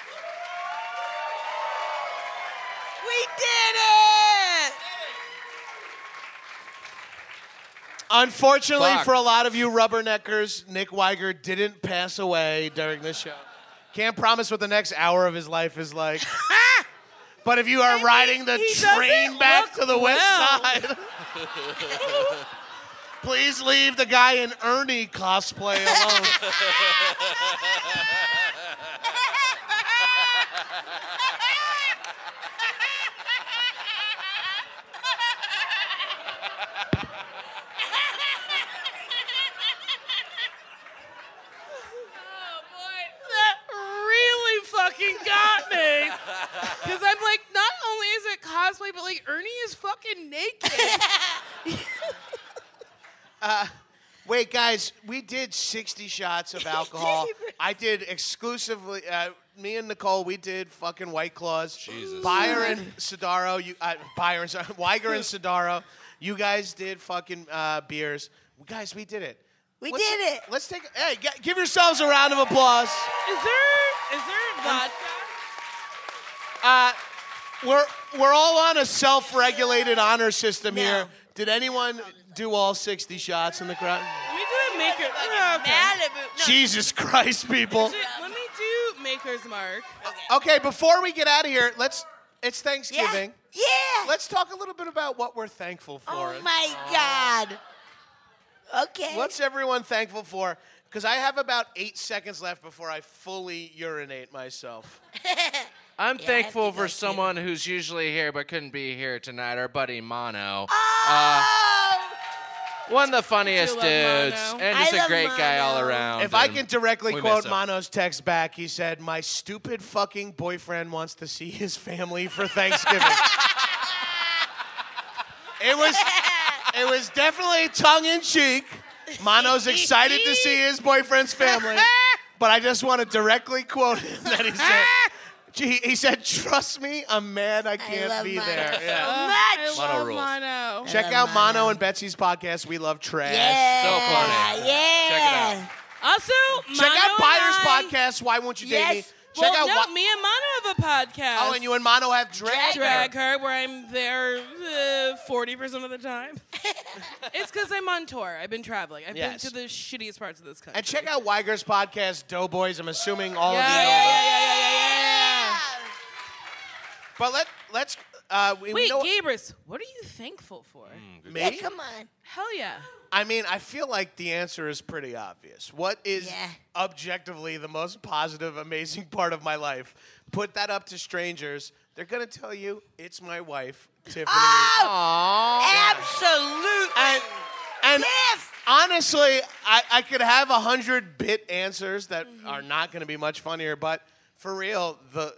Speaker 2: We did it.
Speaker 1: Unfortunately
Speaker 4: Fuck.
Speaker 1: for a lot of you rubberneckers, Nick Weiger didn't pass away during this show. Can't promise what the next hour of his life is like. but if you are riding the
Speaker 3: he doesn't
Speaker 1: train back
Speaker 3: look
Speaker 1: to the west
Speaker 3: well.
Speaker 1: side, please leave the guy in Ernie cosplay alone.
Speaker 3: Oh boy, that really fucking got me. Because I'm like, not only is it cosplay, but like Ernie is fucking naked.
Speaker 1: Wait, guys, we did 60 shots of alcohol. I did exclusively. Uh, me and Nicole, we did fucking White Claws. Jesus. Byron Sidaro, you, uh, Byron, sorry, Weiger and Sidaro, you guys did fucking uh, beers. Guys, we did it.
Speaker 2: We
Speaker 1: Let's-
Speaker 2: did it.
Speaker 1: Let's take. Hey, g- give yourselves a round of applause.
Speaker 3: is there is there vodka?
Speaker 1: We're we're all on a self-regulated honor system
Speaker 2: No.
Speaker 1: here. Did anyone do all 60 shots in the crowd?
Speaker 3: Let me do a maker. Oh, okay.
Speaker 2: Malibu. No,
Speaker 1: Jesus Christ, people.
Speaker 3: Shit, Let me do Maker's Mark.
Speaker 1: Okay, before we get out of here, let's. It's Thanksgiving.
Speaker 2: Yeah.
Speaker 1: Let's talk a little bit about what we're thankful for.
Speaker 2: oh my God. Okay.
Speaker 1: What's everyone thankful for? Because I have about eight seconds left before I fully urinate myself.
Speaker 4: I'm
Speaker 2: Yeah, I have
Speaker 4: thankful
Speaker 2: to
Speaker 4: for
Speaker 2: go, too.
Speaker 4: someone who's usually here but couldn't be here tonight. Our buddy Mono, uh,
Speaker 2: oh.
Speaker 4: one of the funniest
Speaker 3: love
Speaker 4: dudes,
Speaker 3: Mono.
Speaker 4: and
Speaker 2: I
Speaker 4: just a
Speaker 2: love
Speaker 4: great guy
Speaker 2: Mono.
Speaker 4: all around.
Speaker 1: if I
Speaker 4: and
Speaker 1: can directly
Speaker 4: we
Speaker 1: quote
Speaker 4: miss him.
Speaker 1: Mono's text back, he said, "My stupid fucking boyfriend wants to see his family for Thanksgiving." it was, it was definitely tongue in cheek. Mono's excited to see his boyfriend's family, but I just want to directly quote him that he said. He, he said, "Trust me, I'm mad I can't
Speaker 2: love
Speaker 1: be
Speaker 2: Mono.
Speaker 1: there." Yeah.
Speaker 4: uh,
Speaker 3: I
Speaker 2: Much.
Speaker 3: love
Speaker 4: rules.
Speaker 3: Mono.
Speaker 1: Check
Speaker 2: love
Speaker 1: out Mono.
Speaker 2: Mono.
Speaker 1: and Betsy's podcast. We love trash.
Speaker 2: Yeah.
Speaker 4: So funny.
Speaker 2: Yeah.
Speaker 4: Check it out.
Speaker 3: Also,
Speaker 1: Check
Speaker 3: Mono
Speaker 1: out
Speaker 3: and
Speaker 1: Byers
Speaker 3: I-
Speaker 1: podcast. Why won't you date me?
Speaker 2: Yes.
Speaker 1: Check
Speaker 3: well,
Speaker 1: out
Speaker 3: no,
Speaker 1: Why-
Speaker 3: me and Mono have a podcast.
Speaker 1: Oh, and you and Mono have drag.
Speaker 3: drag her where I'm there uh, forty percent of the time. it's because I'm on tour. I've been traveling. I've
Speaker 1: Yes.
Speaker 3: been to the shittiest parts of this country.
Speaker 1: And check out Weiger's podcast, Doughboys. I'm assuming all
Speaker 3: yeah, yeah,
Speaker 1: of you know.
Speaker 3: yeah,
Speaker 1: that.
Speaker 3: yeah, yeah, yeah, yeah.
Speaker 1: But let let's uh, we, we
Speaker 3: Wait,
Speaker 1: know
Speaker 3: Gabrus, what Mm. are you thankful for?
Speaker 2: Yeah,
Speaker 1: me.
Speaker 2: come on.
Speaker 3: Hell yeah.
Speaker 1: I mean, I feel like the answer is pretty obvious. What is
Speaker 2: Yeah.
Speaker 1: objectively the most positive, amazing part of my life? Put that up to strangers. They're gonna tell you it's my wife, Tiffany.
Speaker 3: Ah!
Speaker 2: Oh, Absolutely.
Speaker 1: and and
Speaker 2: Yes.
Speaker 1: honestly, I, I could have a hundred bit answers that
Speaker 3: Mm-hmm.
Speaker 1: are not going to be much funnier. But for real, the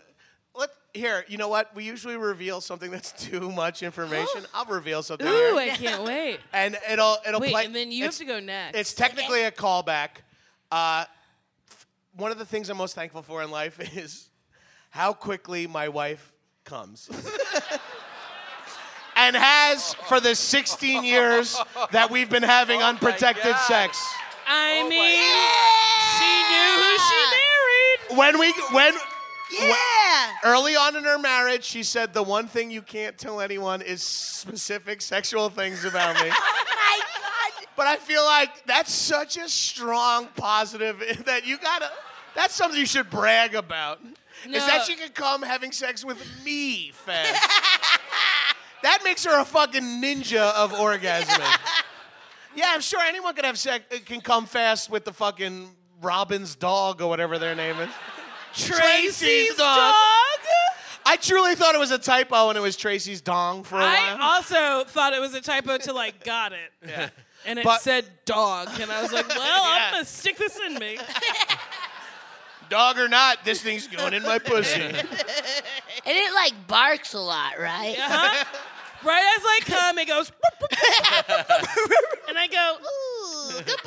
Speaker 1: let here. You know what? We usually reveal something that's too much information. I'll reveal something,
Speaker 3: Ooh,
Speaker 1: here,
Speaker 3: I can't wait.
Speaker 1: and it'll it'll
Speaker 3: Wait,
Speaker 1: play.
Speaker 3: and then you have
Speaker 1: it's-
Speaker 3: to go next.
Speaker 1: It's technically a callback. Uh, f- one of the things I'm most thankful for in life is how quickly my wife comes. and has for the 16 years that we've been having unprotected
Speaker 4: God.
Speaker 1: sex.
Speaker 3: I mean,
Speaker 1: When we when
Speaker 2: Yeah.
Speaker 1: early on in her marriage, she said the one thing you can't tell anyone is specific sexual things about me.
Speaker 2: Oh my God.
Speaker 1: But I feel like that's such a strong positive that you gotta. That's something you should brag about. Is that
Speaker 3: No.
Speaker 1: she can come having sex with me fast? that makes her a fucking ninja of orgasming. yeah, I'm sure anyone could have sex uh, can come fast with the fucking Robin's dog or whatever their name is.
Speaker 3: Tracy's dog.
Speaker 1: truly thought it was a typo and it was Tracy's dong for a
Speaker 3: I uh
Speaker 1: while.
Speaker 3: also thought it was a typo to like got it. Yeah. And it
Speaker 1: But-
Speaker 3: said dog, and I was like, "Well,
Speaker 1: Yeah.
Speaker 3: I'm gonna stick this in me."
Speaker 1: Dog or not, this thing's going in my pussy.
Speaker 2: And it like barks a lot, right?
Speaker 3: Uh-huh. right as I come, it goes, whoop, whoop, whoop, whoop, whoop, whoop. and I go,
Speaker 6: Ooh, good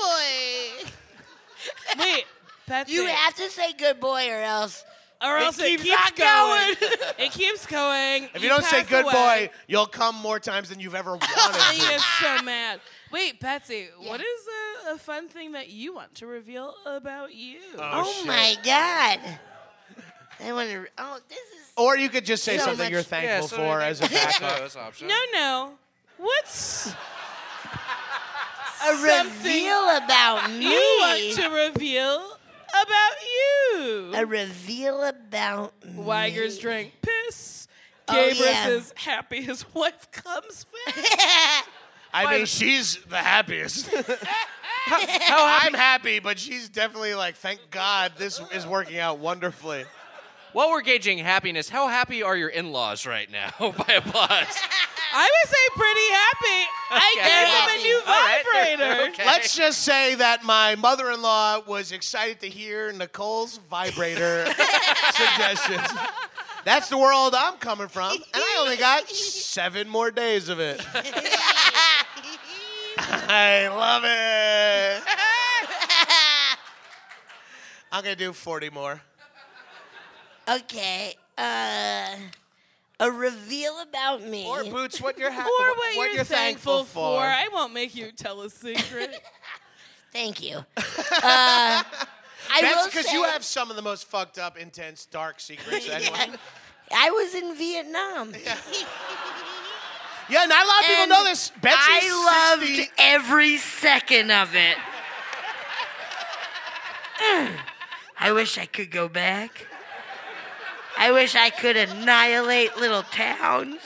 Speaker 6: boy.
Speaker 3: "Wait, that's
Speaker 2: You
Speaker 3: it.
Speaker 2: have to say good boy or else.
Speaker 3: or else it
Speaker 2: keeps
Speaker 3: keeps,
Speaker 2: on
Speaker 3: going. it keeps going.
Speaker 1: If you don't say
Speaker 3: pass
Speaker 1: good
Speaker 3: away.
Speaker 1: boy, you'll come more times than you've ever
Speaker 3: I
Speaker 1: wanted to.
Speaker 3: get so mad. Wait, Betsy, what is a, a fun thing that you want to reveal about you?
Speaker 2: Oh, my God. I want to. Oh, this is.
Speaker 1: Or you could just say
Speaker 2: So
Speaker 1: something
Speaker 2: much-
Speaker 1: you're thankful for as a backup.
Speaker 4: option.
Speaker 3: no, no. What's
Speaker 2: A
Speaker 3: something
Speaker 2: reveal about me.
Speaker 3: you want to reveal about you?
Speaker 2: a reveal about me.
Speaker 3: Wagger's drink piss.
Speaker 2: Oh,
Speaker 3: Gabrus
Speaker 2: yeah.
Speaker 3: is happy his wife comes back.
Speaker 1: I mean, she's the happiest. I'm happy, but she's definitely like, thank God this is working out wonderfully.
Speaker 4: While we're gauging happiness, how happy are your in-laws right now? By applause.
Speaker 3: I would say pretty happy.
Speaker 4: Okay.
Speaker 3: I gave him a new
Speaker 4: All right, they're-
Speaker 3: vibrator.
Speaker 4: okay.
Speaker 1: Let's just say that my mother in law was excited to hear Nicole's vibrator suggestions. That's the world I'm coming from, and I only got seven more days of it. I love it. I'm gonna do 40 more.
Speaker 2: okay. Uh, a reveal about me.
Speaker 1: Or Boots, what you're ha-
Speaker 3: Or what, you're, thankful, for. I won't make you tell a secret.
Speaker 2: Thank you. Uh, I
Speaker 1: That's
Speaker 2: will
Speaker 1: because
Speaker 2: say-
Speaker 1: you have some of the most fucked up, intense, dark secrets. Anyone? yeah.
Speaker 2: I was in Vietnam.
Speaker 1: not a lot of people
Speaker 2: And
Speaker 1: know this. Betsy's
Speaker 2: I loved
Speaker 1: 60
Speaker 2: every second of it. I wish I could go back. I wish I could annihilate little towns.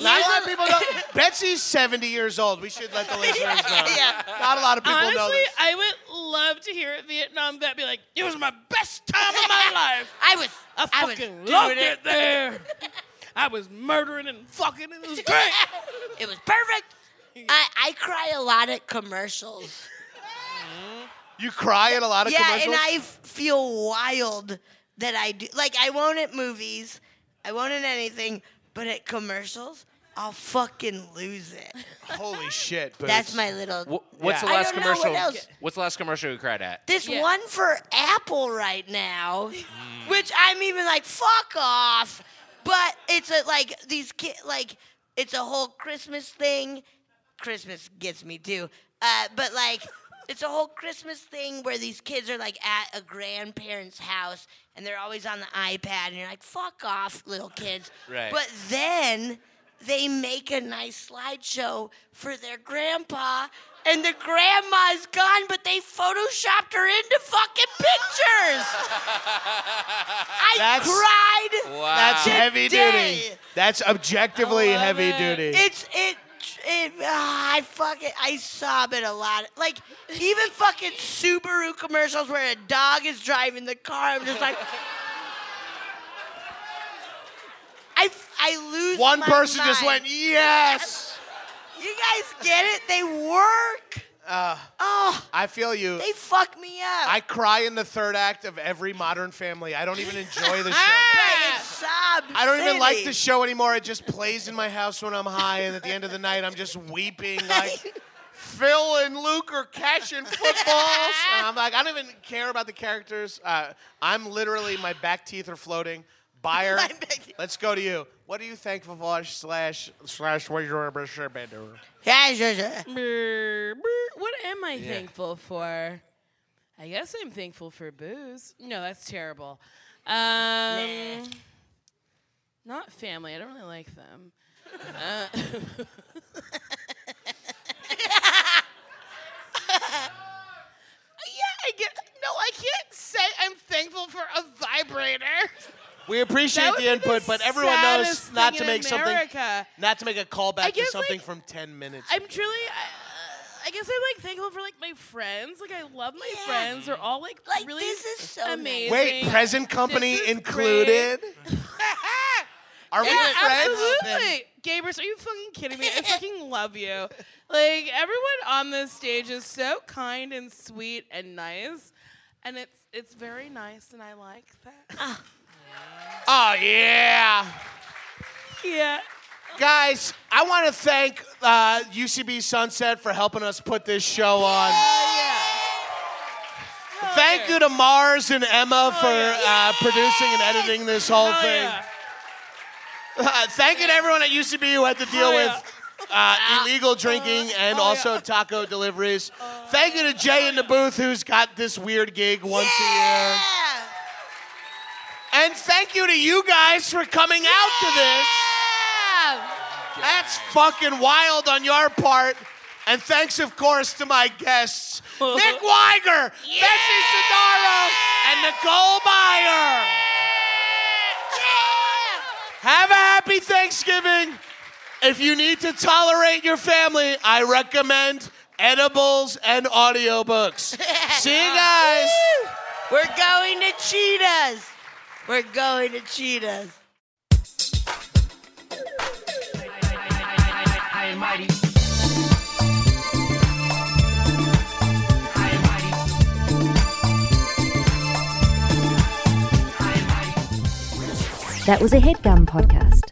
Speaker 1: Not a lot of people know. Betsy's 70 years old. We should let the listeners know. Not a lot of people know
Speaker 3: Honestly,
Speaker 1: this.
Speaker 3: I would love to hear at Vietnam that be like, it was my best time of my life.
Speaker 2: I was.
Speaker 3: I
Speaker 2: I was
Speaker 3: fucking
Speaker 2: doing
Speaker 3: loved it.
Speaker 2: it.
Speaker 3: there. I was murdering and fucking. It was great.
Speaker 2: it was perfect. I, I cry a lot at commercials.
Speaker 1: You cry in a lot of
Speaker 2: yeah,
Speaker 1: commercials.
Speaker 2: and I f- feel wild that I do. Like I won't at movies, I won't at anything, but at commercials, I'll fucking lose it.
Speaker 1: Holy shit. Boots.
Speaker 2: That's my little.
Speaker 4: Wh- What's
Speaker 1: Yeah.
Speaker 2: I
Speaker 4: the last
Speaker 2: don't know what
Speaker 4: commercial?
Speaker 2: else.
Speaker 4: What's the last commercial you cried at?
Speaker 2: This
Speaker 3: Yeah.
Speaker 2: one for Apple right now, which I'm even like, fuck off. But it's a, like these ki- like it's a whole Christmas thing. Christmas gets me too. Uh, but like it's a whole Christmas thing where these kids are like at a grandparent's house and they're always on the iPad and you're like, fuck off, little kids.
Speaker 4: Right.
Speaker 2: But then they make a nice slideshow for their grandpa, and the grandma's gone, but they photoshopped her into fucking pictures. I
Speaker 1: That's-
Speaker 2: cried.
Speaker 4: Wow.
Speaker 1: That's heavy duty.
Speaker 2: Today.
Speaker 1: That's objectively
Speaker 3: I love
Speaker 1: heavy
Speaker 3: it.
Speaker 1: duty.
Speaker 2: It's Oh, it. It, ah, I fucking I sob it a lot. Like even fucking Subaru commercials where a dog is driving the car. I'm just like, I, f- I lose.
Speaker 1: One
Speaker 2: my
Speaker 1: person just
Speaker 2: mind.
Speaker 1: went, yes.
Speaker 2: You guys get it? They work.
Speaker 1: Uh,
Speaker 2: Oh,
Speaker 1: I feel you.
Speaker 2: they fuck me up.
Speaker 1: I cry in the third act of every Modern Family. I don't even enjoy the show.
Speaker 2: I sob.
Speaker 1: I don't even like
Speaker 2: city.
Speaker 1: the show anymore. It just plays in my house when I'm high, and at the end of the night, I'm just weeping like Phil and Luke are catching footballs. And I'm like, I don't even care about the characters. Uh, I'm literally, my back teeth are floating. Buyer,
Speaker 2: My back teeth.
Speaker 1: let's go to you. What are you thankful for? Slash slash. What you're a brochure bender.
Speaker 2: Yeah, sure, sure.
Speaker 3: Brr, brr. What am I thankful for? I guess I'm thankful for booze. No, that's terrible. Um, Not family. I don't really like them. Uh,
Speaker 6: Yeah, I get. No, I can't say I'm thankful for a vibrator.
Speaker 1: We appreciate
Speaker 3: That would
Speaker 1: the
Speaker 3: be
Speaker 1: input, but everyone knows
Speaker 3: saddest
Speaker 1: not
Speaker 3: thing
Speaker 1: to
Speaker 3: in
Speaker 1: make something,
Speaker 3: America.
Speaker 1: not to make a callback to
Speaker 3: guess,
Speaker 1: something
Speaker 3: like,
Speaker 1: from ten minutes.
Speaker 3: I'm truly. uh, I, I guess I'm like thankful for like my friends. Like I love my
Speaker 2: Yeah.
Speaker 3: friends. They're all like,
Speaker 2: Like,
Speaker 3: really
Speaker 2: this is so nice.
Speaker 3: amazing.
Speaker 1: Wait, present company
Speaker 3: This is
Speaker 1: included. Are we
Speaker 3: yeah,
Speaker 1: friends?
Speaker 3: absolutely. Gabrus, are you fucking kidding me? I fucking love you. Like everyone on this stage is so kind and sweet and nice, and it's it's very nice, and I like that.
Speaker 1: Oh yeah.
Speaker 3: yeah.
Speaker 1: Guys, I want to thank uh, UCB Sunset for helping us put this show on.
Speaker 3: Oh,
Speaker 1: Thank you to Mars and Emma for uh, producing and editing this whole
Speaker 3: Hell
Speaker 1: thing.
Speaker 3: Oh, yeah.
Speaker 1: Uh, thank you to everyone at UCB who had to deal
Speaker 3: Hell Oh, yeah. Ah. Uh-huh. Oh,
Speaker 1: with uh, illegal drinking and also taco deliveries. Thank you to Jay in the booth who's got this weird gig once a year. And thank you to you guys for coming out to this. That's fucking wild on your part. And thanks, of course, to my guests Nick Weiger, Betsy Sidaro, and Nicole Byer. Have a happy Thanksgiving. If you need to tolerate your family, I recommend edibles and audiobooks. See you guys.
Speaker 2: We're going to Cheetahs. We're going to Cheetahs.
Speaker 7: That was a headgum podcast.